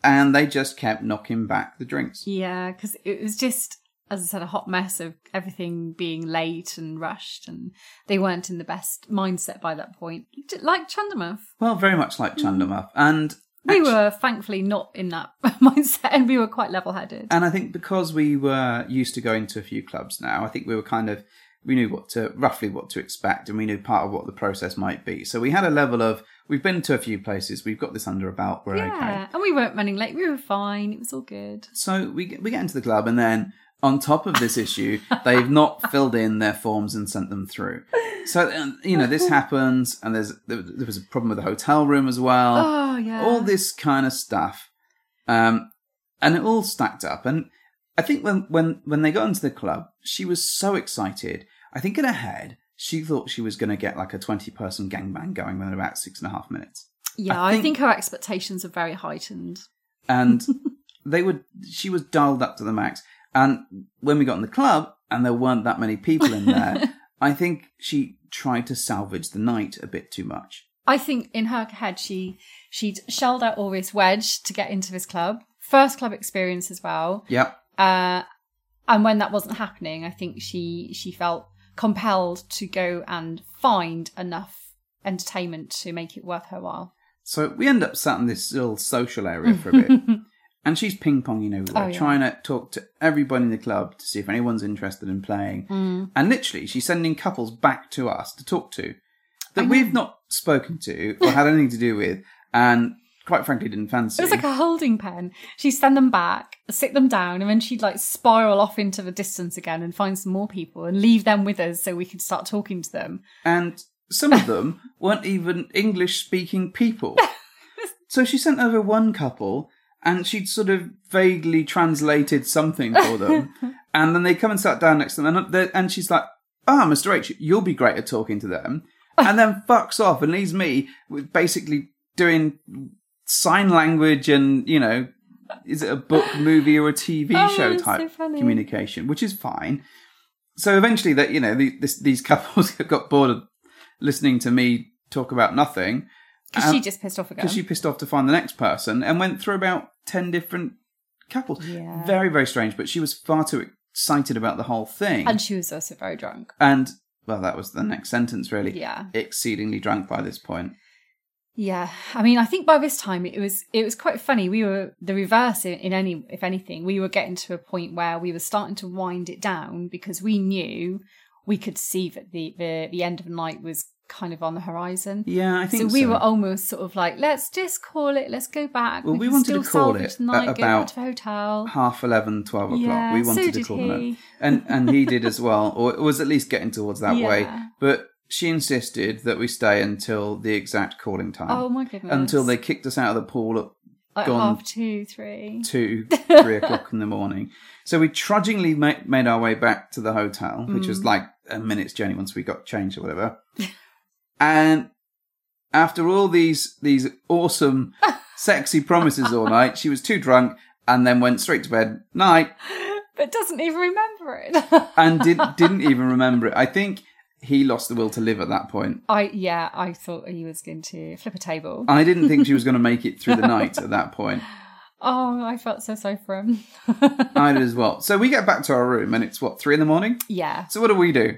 [SPEAKER 4] and they just kept knocking back the drinks.
[SPEAKER 2] because it was just, as I said, a hot mess of everything being late and rushed, and they weren't in the best mindset by that point. J- Like Chandramuff,
[SPEAKER 4] Well, very much
[SPEAKER 2] Mm.
[SPEAKER 4] like Chandler Muff, and
[SPEAKER 2] we
[SPEAKER 4] actu-
[SPEAKER 2] were thankfully not in that mindset, and we were quite level-headed.
[SPEAKER 4] And I think because we were used to going to a few clubs now, I think we were kind of we knew what to roughly what to expect, and we knew part of what the process might be. So we had a level of we've been to a few places, we've got this under about, we're
[SPEAKER 2] yeah,
[SPEAKER 4] okay.
[SPEAKER 2] and we weren't running late. We were fine. It was all good.
[SPEAKER 4] So we get- we get into the club, and then on top of this issue, they've not filled in their forms and sent them through. So um, you know this happens, and there's there was there was a problem with the hotel room as well
[SPEAKER 2] Oh yeah,
[SPEAKER 4] Uh, all this kind of stuff um and it all stacked up and i think when when when they got into the club she was so excited i think in her head she thought she was going to get like a 20 person gangbang going within about six and a half minutes
[SPEAKER 2] yeah.
[SPEAKER 4] I
[SPEAKER 2] I
[SPEAKER 4] think-
[SPEAKER 2] think, her expectations are very heightened.
[SPEAKER 4] and they would she was dialed up to the max and when we got in the club and there weren't that many people in there i think she tried to salvage the night a bit too much
[SPEAKER 2] I think in her head she she'd shelled out all this wedge to get into this club, first club experience as well.
[SPEAKER 4] yep
[SPEAKER 2] Uh, and when that wasn't happening, I think she she felt compelled to go and find enough entertainment to make it worth her while.
[SPEAKER 4] So we end up sat in this little social area for a bit. and she's ping ponging everywhere,
[SPEAKER 2] Oh, yeah.
[SPEAKER 4] trying to talk to everybody in the club to see if anyone's interested in playing.
[SPEAKER 2] Mm.
[SPEAKER 4] And literally, she's sending couples back to us to talk to that we've not spoken to or had anything to do with, and quite frankly, didn't fancy.
[SPEAKER 2] It was like a holding pen. She'd send them back, sit them down, and then she'd like spiral off into the distance again and find some more people and leave them with us so we could start talking to them.
[SPEAKER 4] and some of them weren't even English speaking people. so she sent over one couple and she'd sort of vaguely translated something for them. and then they come and sat down next to them and, they- and she's like, Ah, Mr. H, you'll be great at talking to them. And then fucks off and leaves me with basically doing sign language and, you know, is it a book, movie, or a TV
[SPEAKER 2] Oh,
[SPEAKER 4] show
[SPEAKER 2] it's so
[SPEAKER 4] type
[SPEAKER 2] funny.
[SPEAKER 4] communication, which is fine. So eventually, that you know, the, this, these couples got bored of listening to me talk about nothing
[SPEAKER 2] Because
[SPEAKER 4] Um,
[SPEAKER 2] she just pissed off again.
[SPEAKER 4] because she pissed off to find the next person and went through about ten different couples.
[SPEAKER 2] Yeah.
[SPEAKER 4] Very very strange, but she was far too excited about the whole thing.
[SPEAKER 2] And she was also very drunk.
[SPEAKER 4] And, well, that was the next sentence, really.
[SPEAKER 2] Yeah.
[SPEAKER 4] exceedingly drunk by this point.
[SPEAKER 2] Yeah, I mean, I think by this time it was it was quite funny. We were the reverse in, in any, if anything, we were getting to a point where we were starting to wind it down because we knew we could see that the the, the end of the night was kind of on the horizon.
[SPEAKER 4] Yeah, I think
[SPEAKER 2] so we
[SPEAKER 4] so.
[SPEAKER 2] were almost sort of like, let's just call it. Let's go back.
[SPEAKER 4] Well, we
[SPEAKER 2] can
[SPEAKER 4] wanted
[SPEAKER 2] still
[SPEAKER 4] to call
[SPEAKER 2] salvage
[SPEAKER 4] it
[SPEAKER 2] the night,
[SPEAKER 4] at
[SPEAKER 2] go back
[SPEAKER 4] about
[SPEAKER 2] to the hotel.
[SPEAKER 4] half 11, 12 o'clock.
[SPEAKER 2] Yeah,
[SPEAKER 4] we
[SPEAKER 2] so
[SPEAKER 4] wanted to
[SPEAKER 2] did
[SPEAKER 4] call them
[SPEAKER 2] he.
[SPEAKER 4] that. And, and he did as well, or was at least getting towards that way.
[SPEAKER 2] Yeah.
[SPEAKER 4] But she insisted that we stay until the exact calling time.
[SPEAKER 2] Oh my goodness!
[SPEAKER 4] Until they kicked us out of the pool at
[SPEAKER 2] like
[SPEAKER 4] gone-
[SPEAKER 2] half two, three.
[SPEAKER 4] two, three o'clock in the morning. So we trudgingly ma- made our way back to the hotel, which was like a minute's journey once we got changed or whatever. and after all these these awesome, sexy promises all night, she was too drunk and then went straight to bed. Night
[SPEAKER 2] but doesn't even remember it.
[SPEAKER 4] and did, didn't even remember it. I think he lost the will to live at that point.
[SPEAKER 2] I yeah, I thought he was going to flip a table.
[SPEAKER 4] I didn't think she was going to make it through the night at that point.
[SPEAKER 2] oh, I felt so sorry for him.
[SPEAKER 4] I did as well. So we get back to our room and it's what three in the morning.
[SPEAKER 2] yeah,
[SPEAKER 4] So what do we do?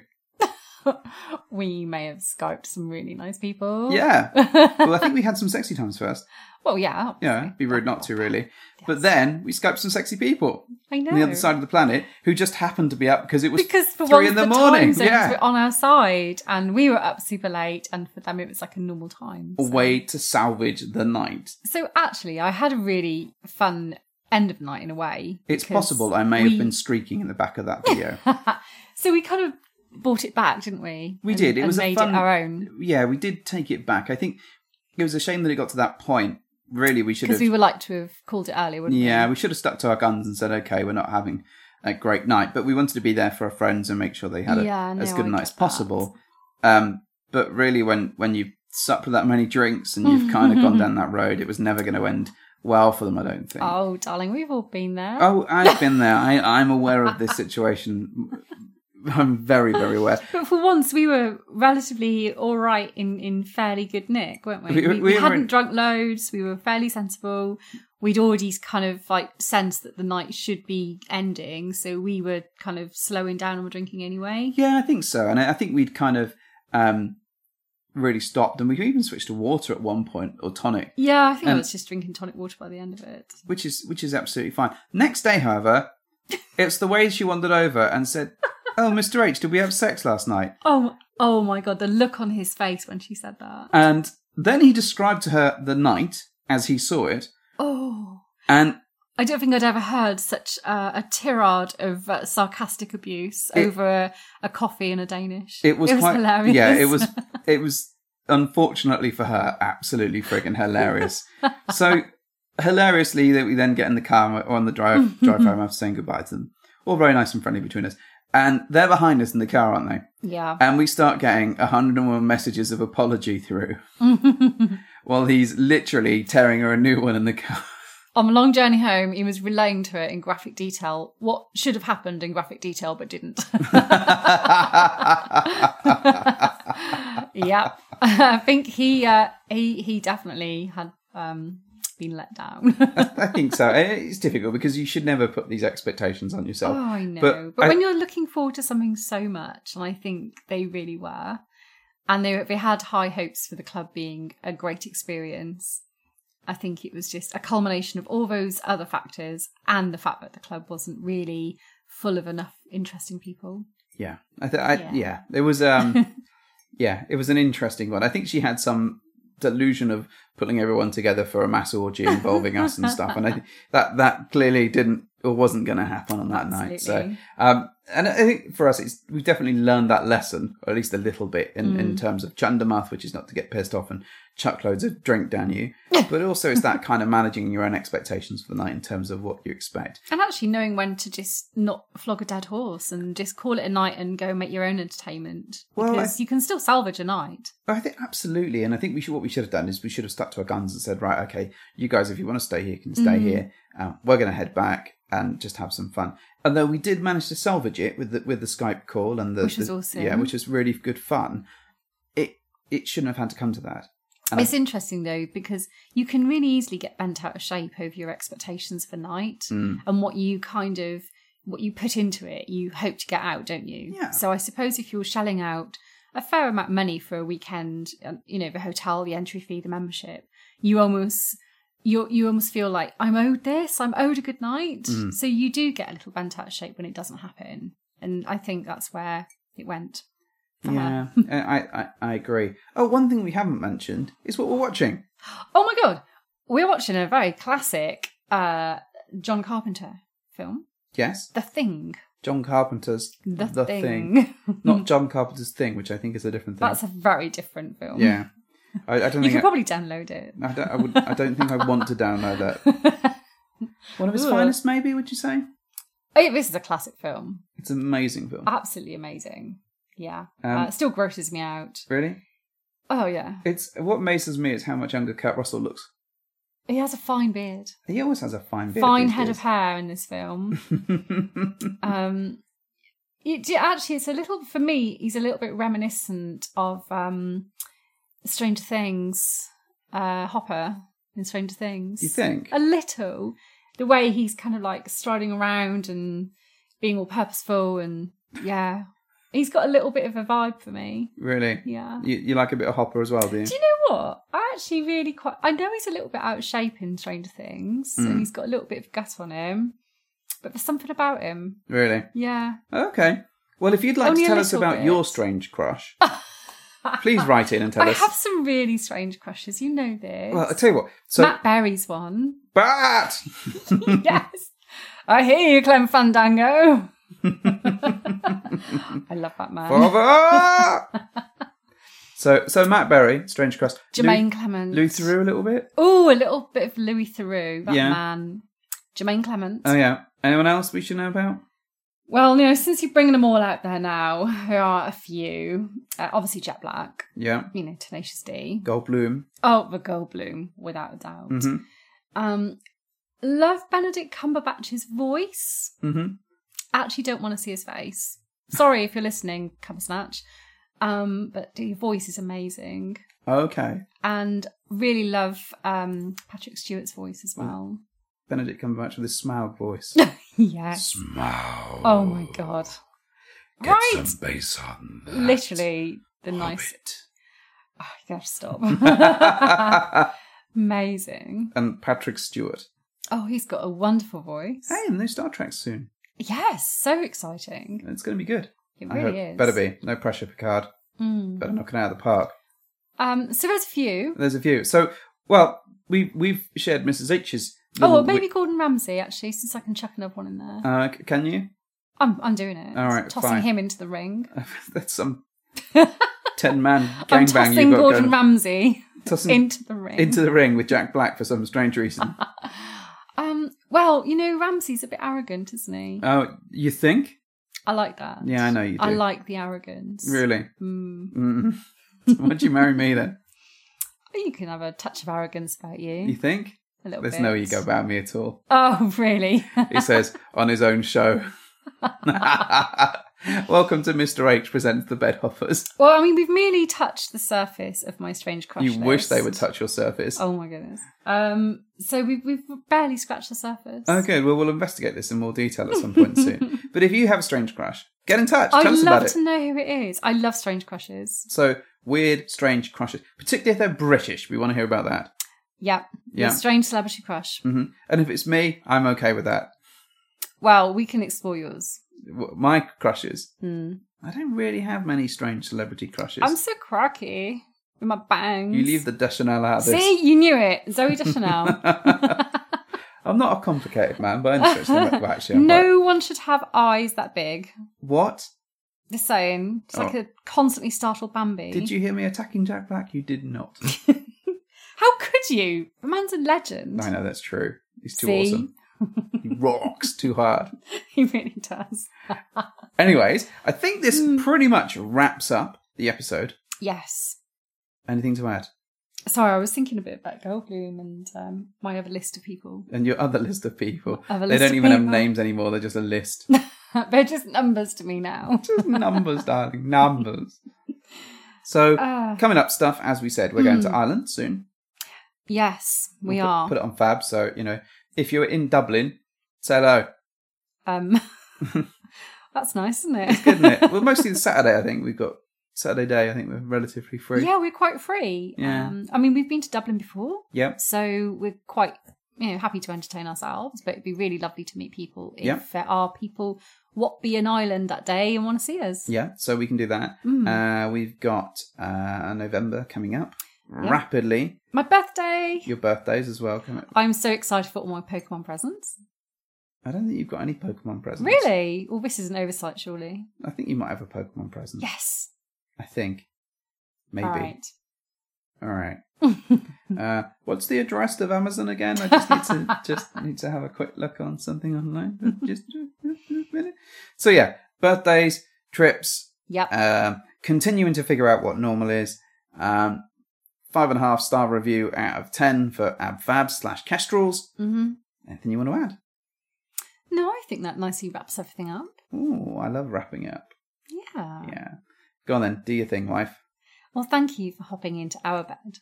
[SPEAKER 2] we may have skyped some really nice people.
[SPEAKER 4] Yeah. well, I think we had some sexy times first.
[SPEAKER 2] Well, yeah,
[SPEAKER 4] Yeah, be rude not to, really. But then we Skyped some sexy people
[SPEAKER 2] I know.
[SPEAKER 4] on the other side of the planet who just happened to be up because it was
[SPEAKER 2] because for
[SPEAKER 4] three
[SPEAKER 2] once
[SPEAKER 4] in the,
[SPEAKER 2] time
[SPEAKER 4] morning.
[SPEAKER 2] zones
[SPEAKER 4] Yeah.
[SPEAKER 2] were on our side, and we were up super late, and for them it was like a normal time.
[SPEAKER 4] A
[SPEAKER 2] so-
[SPEAKER 4] way to salvage the night.
[SPEAKER 2] So actually, I had a really fun end of night in a way.
[SPEAKER 4] It's
[SPEAKER 2] because
[SPEAKER 4] possible I may
[SPEAKER 2] we-
[SPEAKER 4] have been streaking in the back of that video.
[SPEAKER 2] So we kind of bought it back, didn't we?
[SPEAKER 4] We
[SPEAKER 2] And-
[SPEAKER 4] did. It
[SPEAKER 2] and
[SPEAKER 4] was a
[SPEAKER 2] made
[SPEAKER 4] fun-
[SPEAKER 2] it our own
[SPEAKER 4] yeah, we did take it back. I think it was a shame that it got to that point. Really, we should
[SPEAKER 2] because
[SPEAKER 4] have.
[SPEAKER 2] we were like to have called it earlier, wouldn't we?
[SPEAKER 4] yeah, we should have stuck to our guns and said, okay, we're not having a great night, but we wanted to be there for our friends and make sure they had a,
[SPEAKER 2] Yeah,
[SPEAKER 4] as
[SPEAKER 2] no,
[SPEAKER 4] good a
[SPEAKER 2] I
[SPEAKER 4] night
[SPEAKER 2] get
[SPEAKER 4] as possible. Um, but really, when when you've supped with that many drinks and you've kind of gone down that road, it was never going to end well for them, I don't think.
[SPEAKER 2] Oh, darling, we've all been there.
[SPEAKER 4] Oh, I've been there. I, I'm aware of this situation. I'm very, very aware.
[SPEAKER 2] But for once, we were relatively all right in, in fairly good nick, weren't we?
[SPEAKER 4] We-
[SPEAKER 2] We,
[SPEAKER 4] we
[SPEAKER 2] we
[SPEAKER 4] were
[SPEAKER 2] hadn't
[SPEAKER 4] in-
[SPEAKER 2] drunk loads. We were fairly sensible. We'd already kind of like sensed that the night should be ending, so we were kind of slowing down on drinking anyway.
[SPEAKER 4] Yeah, I think so. And I I think we'd kind of um, really stopped and we even switched to water at one point or tonic,
[SPEAKER 2] Yeah, I think I
[SPEAKER 4] And-
[SPEAKER 2] was just drinking tonic water by the end of it.
[SPEAKER 4] which is which is absolutely fine. Next day, however, it's the way she wandered over and said, Oh, Mr. H, did we have sex last night?
[SPEAKER 2] Oh, oh my god, the look on his face when she said that.
[SPEAKER 4] And then he described to her the night as he saw it.
[SPEAKER 2] Oh,
[SPEAKER 4] And
[SPEAKER 2] I don't think I'd ever heard such uh, a tirade of uh, sarcastic abuse
[SPEAKER 4] It-
[SPEAKER 2] over a, a coffee and a Danish.
[SPEAKER 4] it was, quite
[SPEAKER 2] hilarious.
[SPEAKER 4] Yeah, it was it was unfortunately for her absolutely friggin' hilarious. so hilariously that we then get in the car or on the drive drive home after saying goodbye to them. All very nice and friendly between us. And they're behind us in the car, aren't they?
[SPEAKER 2] yeah.
[SPEAKER 4] And we start getting 101 messages of apology through while he's literally tearing her a new one in the car.
[SPEAKER 2] On the long journey home, he was relaying to her in graphic detail what should have happened in graphic detail but didn't. yeah, I think he uh, he he definitely had um, been let down.
[SPEAKER 4] I think so. It's difficult because you should never put these expectations on yourself.
[SPEAKER 2] Oh, I know. But,
[SPEAKER 4] But, I-
[SPEAKER 2] when you're looking forward to something so much, and I think they really were, and they they had high hopes for the club being a great experience. I think it was just a culmination of all those other factors and the fact that the club wasn't really full of enough interesting people.
[SPEAKER 4] yeah, I th- I,
[SPEAKER 2] Yeah.
[SPEAKER 4] yeah, There was um, yeah, it was an interesting one. I think she had some delusion of putting everyone together for a mass orgy involving us and stuff, and I think that that clearly didn't or wasn't going to happen on that night. So,
[SPEAKER 2] Absolutely.
[SPEAKER 4] um, and I think for us, it's we've definitely learned that lesson, or at least a little bit, in, in terms of chundermath, which is not to get pissed off and chuck loads of drink down you, but also it's that kind of managing your own expectations for the night in terms of what you expect.
[SPEAKER 2] And actually knowing when to just not flog a dead horse and just call it a night and go make your own entertainment.
[SPEAKER 4] Well, I-
[SPEAKER 2] because you can still salvage a night.
[SPEAKER 4] I think absolutely, and I think we should. What we should have done is we should have stuck to our guns and said, right, okay, you guys, if you want to stay here, can stay
[SPEAKER 2] Mm-hmm.
[SPEAKER 4] here. Um, we're going to head back and just have some fun. Although we did manage to salvage it with the with the Skype call and the
[SPEAKER 2] Which was
[SPEAKER 4] the-
[SPEAKER 2] awesome.
[SPEAKER 4] yeah, which was really good fun. It it shouldn't have had to come to that. And I-
[SPEAKER 2] It's interesting though because you can really easily get bent out of shape over your expectations for night
[SPEAKER 4] Hmm.
[SPEAKER 2] and what you kind of what you put into it, you hope to get out, don't you?
[SPEAKER 4] Yeah.
[SPEAKER 2] So I suppose if you're shelling out a fair amount of money for a weekend, um, you know, the hotel, the entry fee, the membership, you almost you you almost feel like I'm owed this, I'm owed a good night.
[SPEAKER 4] Hmm.
[SPEAKER 2] So you do get a little bent out of shape when it doesn't happen, and I think that's where it went. somewhere.
[SPEAKER 4] Yeah, uh, I, I, I agree. Oh, one thing we haven't mentioned is what we're watching.
[SPEAKER 2] Oh my god, we're watching a very classic uh, John Carpenter film,
[SPEAKER 4] Yes,
[SPEAKER 2] The Thing.
[SPEAKER 4] John Carpenter's
[SPEAKER 2] The, Thing.
[SPEAKER 4] not John Carpenter's thing, which I think is a different thing.
[SPEAKER 2] That's a very different film.
[SPEAKER 4] yeah, I, I uh, don't
[SPEAKER 2] You
[SPEAKER 4] think
[SPEAKER 2] could
[SPEAKER 4] I,
[SPEAKER 2] probably download it.
[SPEAKER 4] I don't. I, would, I don't think I want to download that. One of his
[SPEAKER 2] Ugh.
[SPEAKER 4] finest, maybe. Would you say
[SPEAKER 2] Oh, this is a classic film.
[SPEAKER 4] it's an amazing film?
[SPEAKER 2] Absolutely amazing. Yeah.
[SPEAKER 4] Um,
[SPEAKER 2] uh, it still grosses me out.
[SPEAKER 4] really,
[SPEAKER 2] Oh, yeah.
[SPEAKER 4] it's what amazes me is how much younger Kurt Russell looks.
[SPEAKER 2] He has a fine beard.
[SPEAKER 4] He always has a fine beard.
[SPEAKER 2] fine
[SPEAKER 4] these
[SPEAKER 2] head
[SPEAKER 4] days.
[SPEAKER 2] of hair in this film. um, it, do- actually, it's a little for me. He's a little bit reminiscent of um, Stranger Things, uh, Hopper in Stranger Things.
[SPEAKER 4] You think?
[SPEAKER 2] a little the way he's kind of like striding around and being all purposeful and yeah, he's got a little bit of a vibe for me.
[SPEAKER 4] Really?
[SPEAKER 2] Yeah.
[SPEAKER 4] You, you like a bit of Hopper as well, do you?
[SPEAKER 2] Do you know what? I actually really quite. I know he's a little bit out of shape in Stranger Things,
[SPEAKER 4] Hmm.
[SPEAKER 2] and he's got a little bit of gut on him, but there's something about him.
[SPEAKER 4] Really?
[SPEAKER 2] Yeah.
[SPEAKER 4] Okay. Well, if you'd like
[SPEAKER 2] Only
[SPEAKER 4] to
[SPEAKER 2] a
[SPEAKER 4] tell us
[SPEAKER 2] little
[SPEAKER 4] about
[SPEAKER 2] bit.
[SPEAKER 4] your strange crush, please write in and tell
[SPEAKER 2] I
[SPEAKER 4] us.
[SPEAKER 2] have some really strange crushes. You know this.
[SPEAKER 4] Well, I tell you what. So,
[SPEAKER 2] Matt Berry's one.
[SPEAKER 4] Bat.
[SPEAKER 2] yes. I hear you, Clem Fandango. I love that man.
[SPEAKER 4] Father. so, so Matt Berry, strange crush.
[SPEAKER 2] Jermaine Clement.
[SPEAKER 4] Lou through a little bit.
[SPEAKER 2] Oh, a little bit of Louis Theroux, that
[SPEAKER 4] Yeah.
[SPEAKER 2] man. Jermaine Clement.
[SPEAKER 4] Oh yeah. Anyone else we should know about?
[SPEAKER 2] Well, you know, since you're bringing them all out there now, there are a few. Uh, obviously, Jet Black,
[SPEAKER 4] Yeah.
[SPEAKER 2] you know, Tenacious D.
[SPEAKER 4] Goldblum.
[SPEAKER 2] Oh, the Goldblum, without a doubt.
[SPEAKER 5] Mm-hmm.
[SPEAKER 4] Mhm.
[SPEAKER 2] Um, love Benedict Cumberbatch's voice.
[SPEAKER 4] Mhm.
[SPEAKER 2] Actually, don't want to see his face. Sorry if you're listening, Cumbersnatch. Um, but your voice is amazing,
[SPEAKER 4] Okay.
[SPEAKER 2] and really love um Patrick Stewart's voice
[SPEAKER 5] Mm.
[SPEAKER 2] as well.
[SPEAKER 4] Benedict Cumberbatch with his smaug voice.
[SPEAKER 2] Yes.
[SPEAKER 5] Smile.
[SPEAKER 2] Oh my god.
[SPEAKER 5] Get
[SPEAKER 2] right.
[SPEAKER 5] some bass on that.
[SPEAKER 2] Literally the nice. Oh, you gotta stop.
[SPEAKER 4] and
[SPEAKER 2] Amazing.
[SPEAKER 4] Patrick Stewart.
[SPEAKER 2] Oh, he's got a wonderful voice.
[SPEAKER 4] Hey, and new Star Trek soon.
[SPEAKER 2] Yes, so exciting.
[SPEAKER 4] It's going to be good.
[SPEAKER 2] It
[SPEAKER 4] I hope.
[SPEAKER 2] really is.
[SPEAKER 4] Better be. No pressure, Picard.
[SPEAKER 2] Mm.
[SPEAKER 4] Better knock it out of the park.
[SPEAKER 2] Um, so there's a few.
[SPEAKER 4] There's a few. So, well, we we've shared Mrs. H's.
[SPEAKER 2] Oh,
[SPEAKER 4] little
[SPEAKER 2] well, maybe
[SPEAKER 4] wi-
[SPEAKER 2] Gordon Ramsay actually, since I can chuck another one in there.
[SPEAKER 4] Uh, c- can you?
[SPEAKER 2] I'm, I'm doing it.
[SPEAKER 4] all right,
[SPEAKER 2] tossing
[SPEAKER 4] fine.
[SPEAKER 2] him into the ring.
[SPEAKER 4] That's some ten man
[SPEAKER 2] I'm
[SPEAKER 4] gangbang
[SPEAKER 2] tossing
[SPEAKER 4] you've got
[SPEAKER 2] Gordon
[SPEAKER 4] going.
[SPEAKER 2] Ramsay
[SPEAKER 4] tossing
[SPEAKER 2] into the ring.
[SPEAKER 4] into the ring with Jack Black for some strange reason.
[SPEAKER 2] um, well, you know, Ramsay's a bit arrogant, isn't he?
[SPEAKER 4] oh, you think?
[SPEAKER 2] I like that.
[SPEAKER 4] Yeah, I know you
[SPEAKER 2] I
[SPEAKER 4] do.
[SPEAKER 2] like the arrogance.
[SPEAKER 4] Really?
[SPEAKER 2] Mm.
[SPEAKER 4] Mm. Why'd you marry me then?
[SPEAKER 2] You can have a touch of arrogance about you.
[SPEAKER 4] You think?
[SPEAKER 2] a little
[SPEAKER 4] There's
[SPEAKER 2] bit.
[SPEAKER 4] no ego about me at all.
[SPEAKER 2] Oh, really?
[SPEAKER 4] He says on his own show. Welcome to Mr. H presents the Bed Hoppers.
[SPEAKER 2] Well, I mean, we've merely touched the surface of my strange crush.
[SPEAKER 4] You wish they
[SPEAKER 2] list.
[SPEAKER 4] would touch your surface.
[SPEAKER 2] Oh my goodness. Um, so we've we've barely scratched the surface.
[SPEAKER 4] Oh, good. Well, we'll investigate this in more detail at some point soon. But if you have a strange crush, get in touch. Tell
[SPEAKER 2] I'd
[SPEAKER 4] us about
[SPEAKER 2] love
[SPEAKER 4] it.
[SPEAKER 2] to know who it is. I love strange crushes.
[SPEAKER 4] So, weird, strange crushes, particularly if they're British. We want to hear about that.
[SPEAKER 2] Yep.
[SPEAKER 4] Yeah.
[SPEAKER 2] Your strange celebrity crush.
[SPEAKER 4] hmm And if it's me, I'm okay with that.
[SPEAKER 2] Well, we can explore yours.
[SPEAKER 4] W- My crushes.
[SPEAKER 2] Hmm.
[SPEAKER 4] I don't really have many strange celebrity crushes.
[SPEAKER 2] I'm so cracky with my bangs.
[SPEAKER 4] you leave the Deschanel out of this.
[SPEAKER 2] See, you knew it, Zoe Deschanel.
[SPEAKER 4] I'm not a complicated man, but I'm such a well, actually. I'm quite-
[SPEAKER 2] no one should have eyes that big.
[SPEAKER 4] What?
[SPEAKER 2] Just saying, it's like
[SPEAKER 4] Oh.
[SPEAKER 2] a constantly startled Bambi.
[SPEAKER 4] Did you hear me attacking Jack Black? You did not.
[SPEAKER 2] How could you? The man's a legend.
[SPEAKER 4] I know that's true. He's too
[SPEAKER 2] See?
[SPEAKER 4] awesome. He rocks too hard.
[SPEAKER 2] He really does.
[SPEAKER 4] Anyways, I think this
[SPEAKER 2] Hmm.
[SPEAKER 4] pretty much wraps up the episode.
[SPEAKER 2] Yes.
[SPEAKER 4] Anything to add?
[SPEAKER 2] Sorry, I was thinking a bit about Goldblum and um, my other list of people.
[SPEAKER 4] And your other list of people.
[SPEAKER 2] Other
[SPEAKER 4] they
[SPEAKER 2] list
[SPEAKER 4] don't
[SPEAKER 2] of
[SPEAKER 4] even have
[SPEAKER 2] people.
[SPEAKER 4] names anymore, they're just a list.
[SPEAKER 2] They're just numbers to me now.
[SPEAKER 4] just numbers, darling. Numbers. So
[SPEAKER 2] Ah.
[SPEAKER 4] coming up stuff, as we said, we're going to Ireland soon.
[SPEAKER 2] yes, hmm. we
[SPEAKER 4] We'll put-
[SPEAKER 2] are.
[SPEAKER 4] Put it on Fab, so you know, if you're in Dublin, say hello.
[SPEAKER 2] Um, that's nice, isn't it?
[SPEAKER 4] Good, isn't it? well mostly the Saturday, I think we've got Saturday day, I think we're relatively free.
[SPEAKER 2] yeah, we're quite free.
[SPEAKER 4] Yeah.
[SPEAKER 2] Um, I mean, we've been to Dublin before,
[SPEAKER 4] Yep.
[SPEAKER 2] so we're quite you know, happy to entertain ourselves, but it'd be really lovely to meet people if
[SPEAKER 4] Yeah.
[SPEAKER 2] there are people what be an island that day and want to see us.
[SPEAKER 4] Yeah, so we can do that.
[SPEAKER 2] Hmm.
[SPEAKER 4] Uh, we've got uh, November coming up rapidly.
[SPEAKER 2] My birthday.
[SPEAKER 4] Your birthdays as well. Come up.
[SPEAKER 2] I'm so excited for all my Pokemon presents.
[SPEAKER 4] I don't think you've got any Pokemon presents.
[SPEAKER 2] Really? Well, this is an oversight, surely.
[SPEAKER 4] I think you might have a Pokemon present.
[SPEAKER 2] Yes.
[SPEAKER 4] I think. Mm. Maybe.
[SPEAKER 2] All right.
[SPEAKER 4] All right. uh, what's the address of Amazon again? I just need to just need to have a quick look on something online. Just so yeah, birthdays, trips,
[SPEAKER 2] Yep.
[SPEAKER 4] um, continuing to figure out what normal is. Um, five and a half star review out of ten for Abfab slash Kestrels.
[SPEAKER 2] hmm
[SPEAKER 4] Anything you want to add?
[SPEAKER 2] No, I think that nicely wraps everything up.
[SPEAKER 4] Ooh, I love wrapping it up.
[SPEAKER 2] Yeah.
[SPEAKER 4] Yeah, go on then, do your thing, wife.
[SPEAKER 2] Well, thank you for hopping into our bed.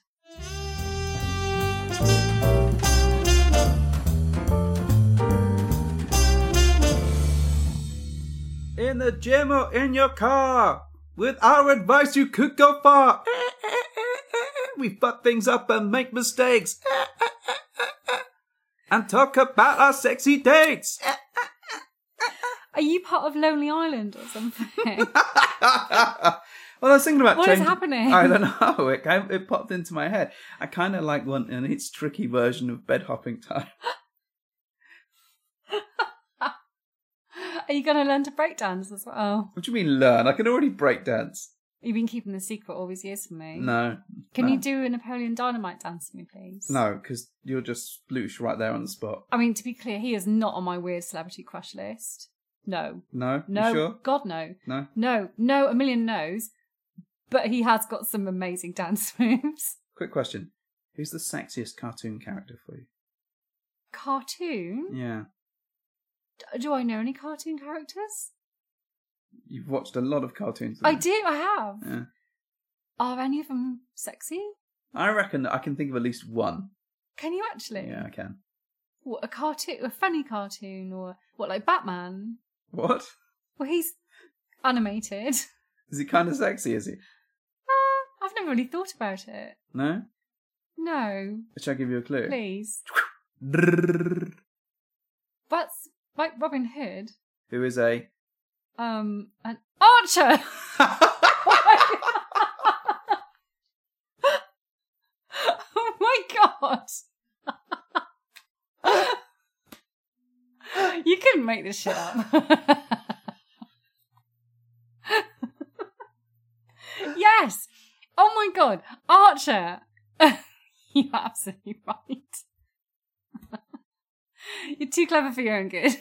[SPEAKER 1] In the gym or in your car. With our advice, you could go far. We fuck things up and make mistakes. And talk about our sexy dates.
[SPEAKER 2] Are you part of Lonely Island or something?
[SPEAKER 4] Well, I was thinking about
[SPEAKER 2] What is
[SPEAKER 4] changing-
[SPEAKER 2] happening?
[SPEAKER 4] I don't know. It came, it popped into my head. I kind of like want an it's tricky version of bed hopping time.
[SPEAKER 2] Are you going to learn to break dance as well?
[SPEAKER 4] What do you mean learn? I can already break dance.
[SPEAKER 2] You've been keeping the secret all these years from me.
[SPEAKER 4] No,
[SPEAKER 2] Can
[SPEAKER 4] no.
[SPEAKER 2] you do a Napoleon Dynamite dance for me, please?
[SPEAKER 4] no, because you're just sploosh right there on the spot.
[SPEAKER 2] I mean, to be clear, he is not on my weird celebrity crush list. No.
[SPEAKER 4] No,
[SPEAKER 2] No.
[SPEAKER 4] You sure?
[SPEAKER 2] God, no.
[SPEAKER 4] No.
[SPEAKER 2] No. No, a million no's. But he has got some amazing dance moves.
[SPEAKER 4] Quick question: Who's the sexiest cartoon character for you?
[SPEAKER 2] Cartoon?
[SPEAKER 4] Yeah,
[SPEAKER 2] D- Do I know any cartoon characters?
[SPEAKER 4] you've watched a lot of cartoons.
[SPEAKER 2] I
[SPEAKER 4] haven't
[SPEAKER 2] do, I have. Oh,
[SPEAKER 4] you? Yeah.
[SPEAKER 2] Are any of them sexy?
[SPEAKER 4] I reckon that I can think of at least one.
[SPEAKER 2] Can you actually?
[SPEAKER 4] Yeah, I can.
[SPEAKER 2] What, a cartoon, a funny cartoon, or what, like Batman?
[SPEAKER 4] What?
[SPEAKER 2] Well, he's animated.
[SPEAKER 4] Is he kind of sexy? Is he?
[SPEAKER 2] Uh, I've never really thought about it.
[SPEAKER 4] No.
[SPEAKER 2] No,
[SPEAKER 4] Shall I give you a clue?
[SPEAKER 2] please. That's like Robin Hood.
[SPEAKER 4] Who is a?
[SPEAKER 2] Um, an archer. oh my god! you couldn't make this shit up. yes. Oh my god, Archer. You're absolutely right. You're too clever for your own good.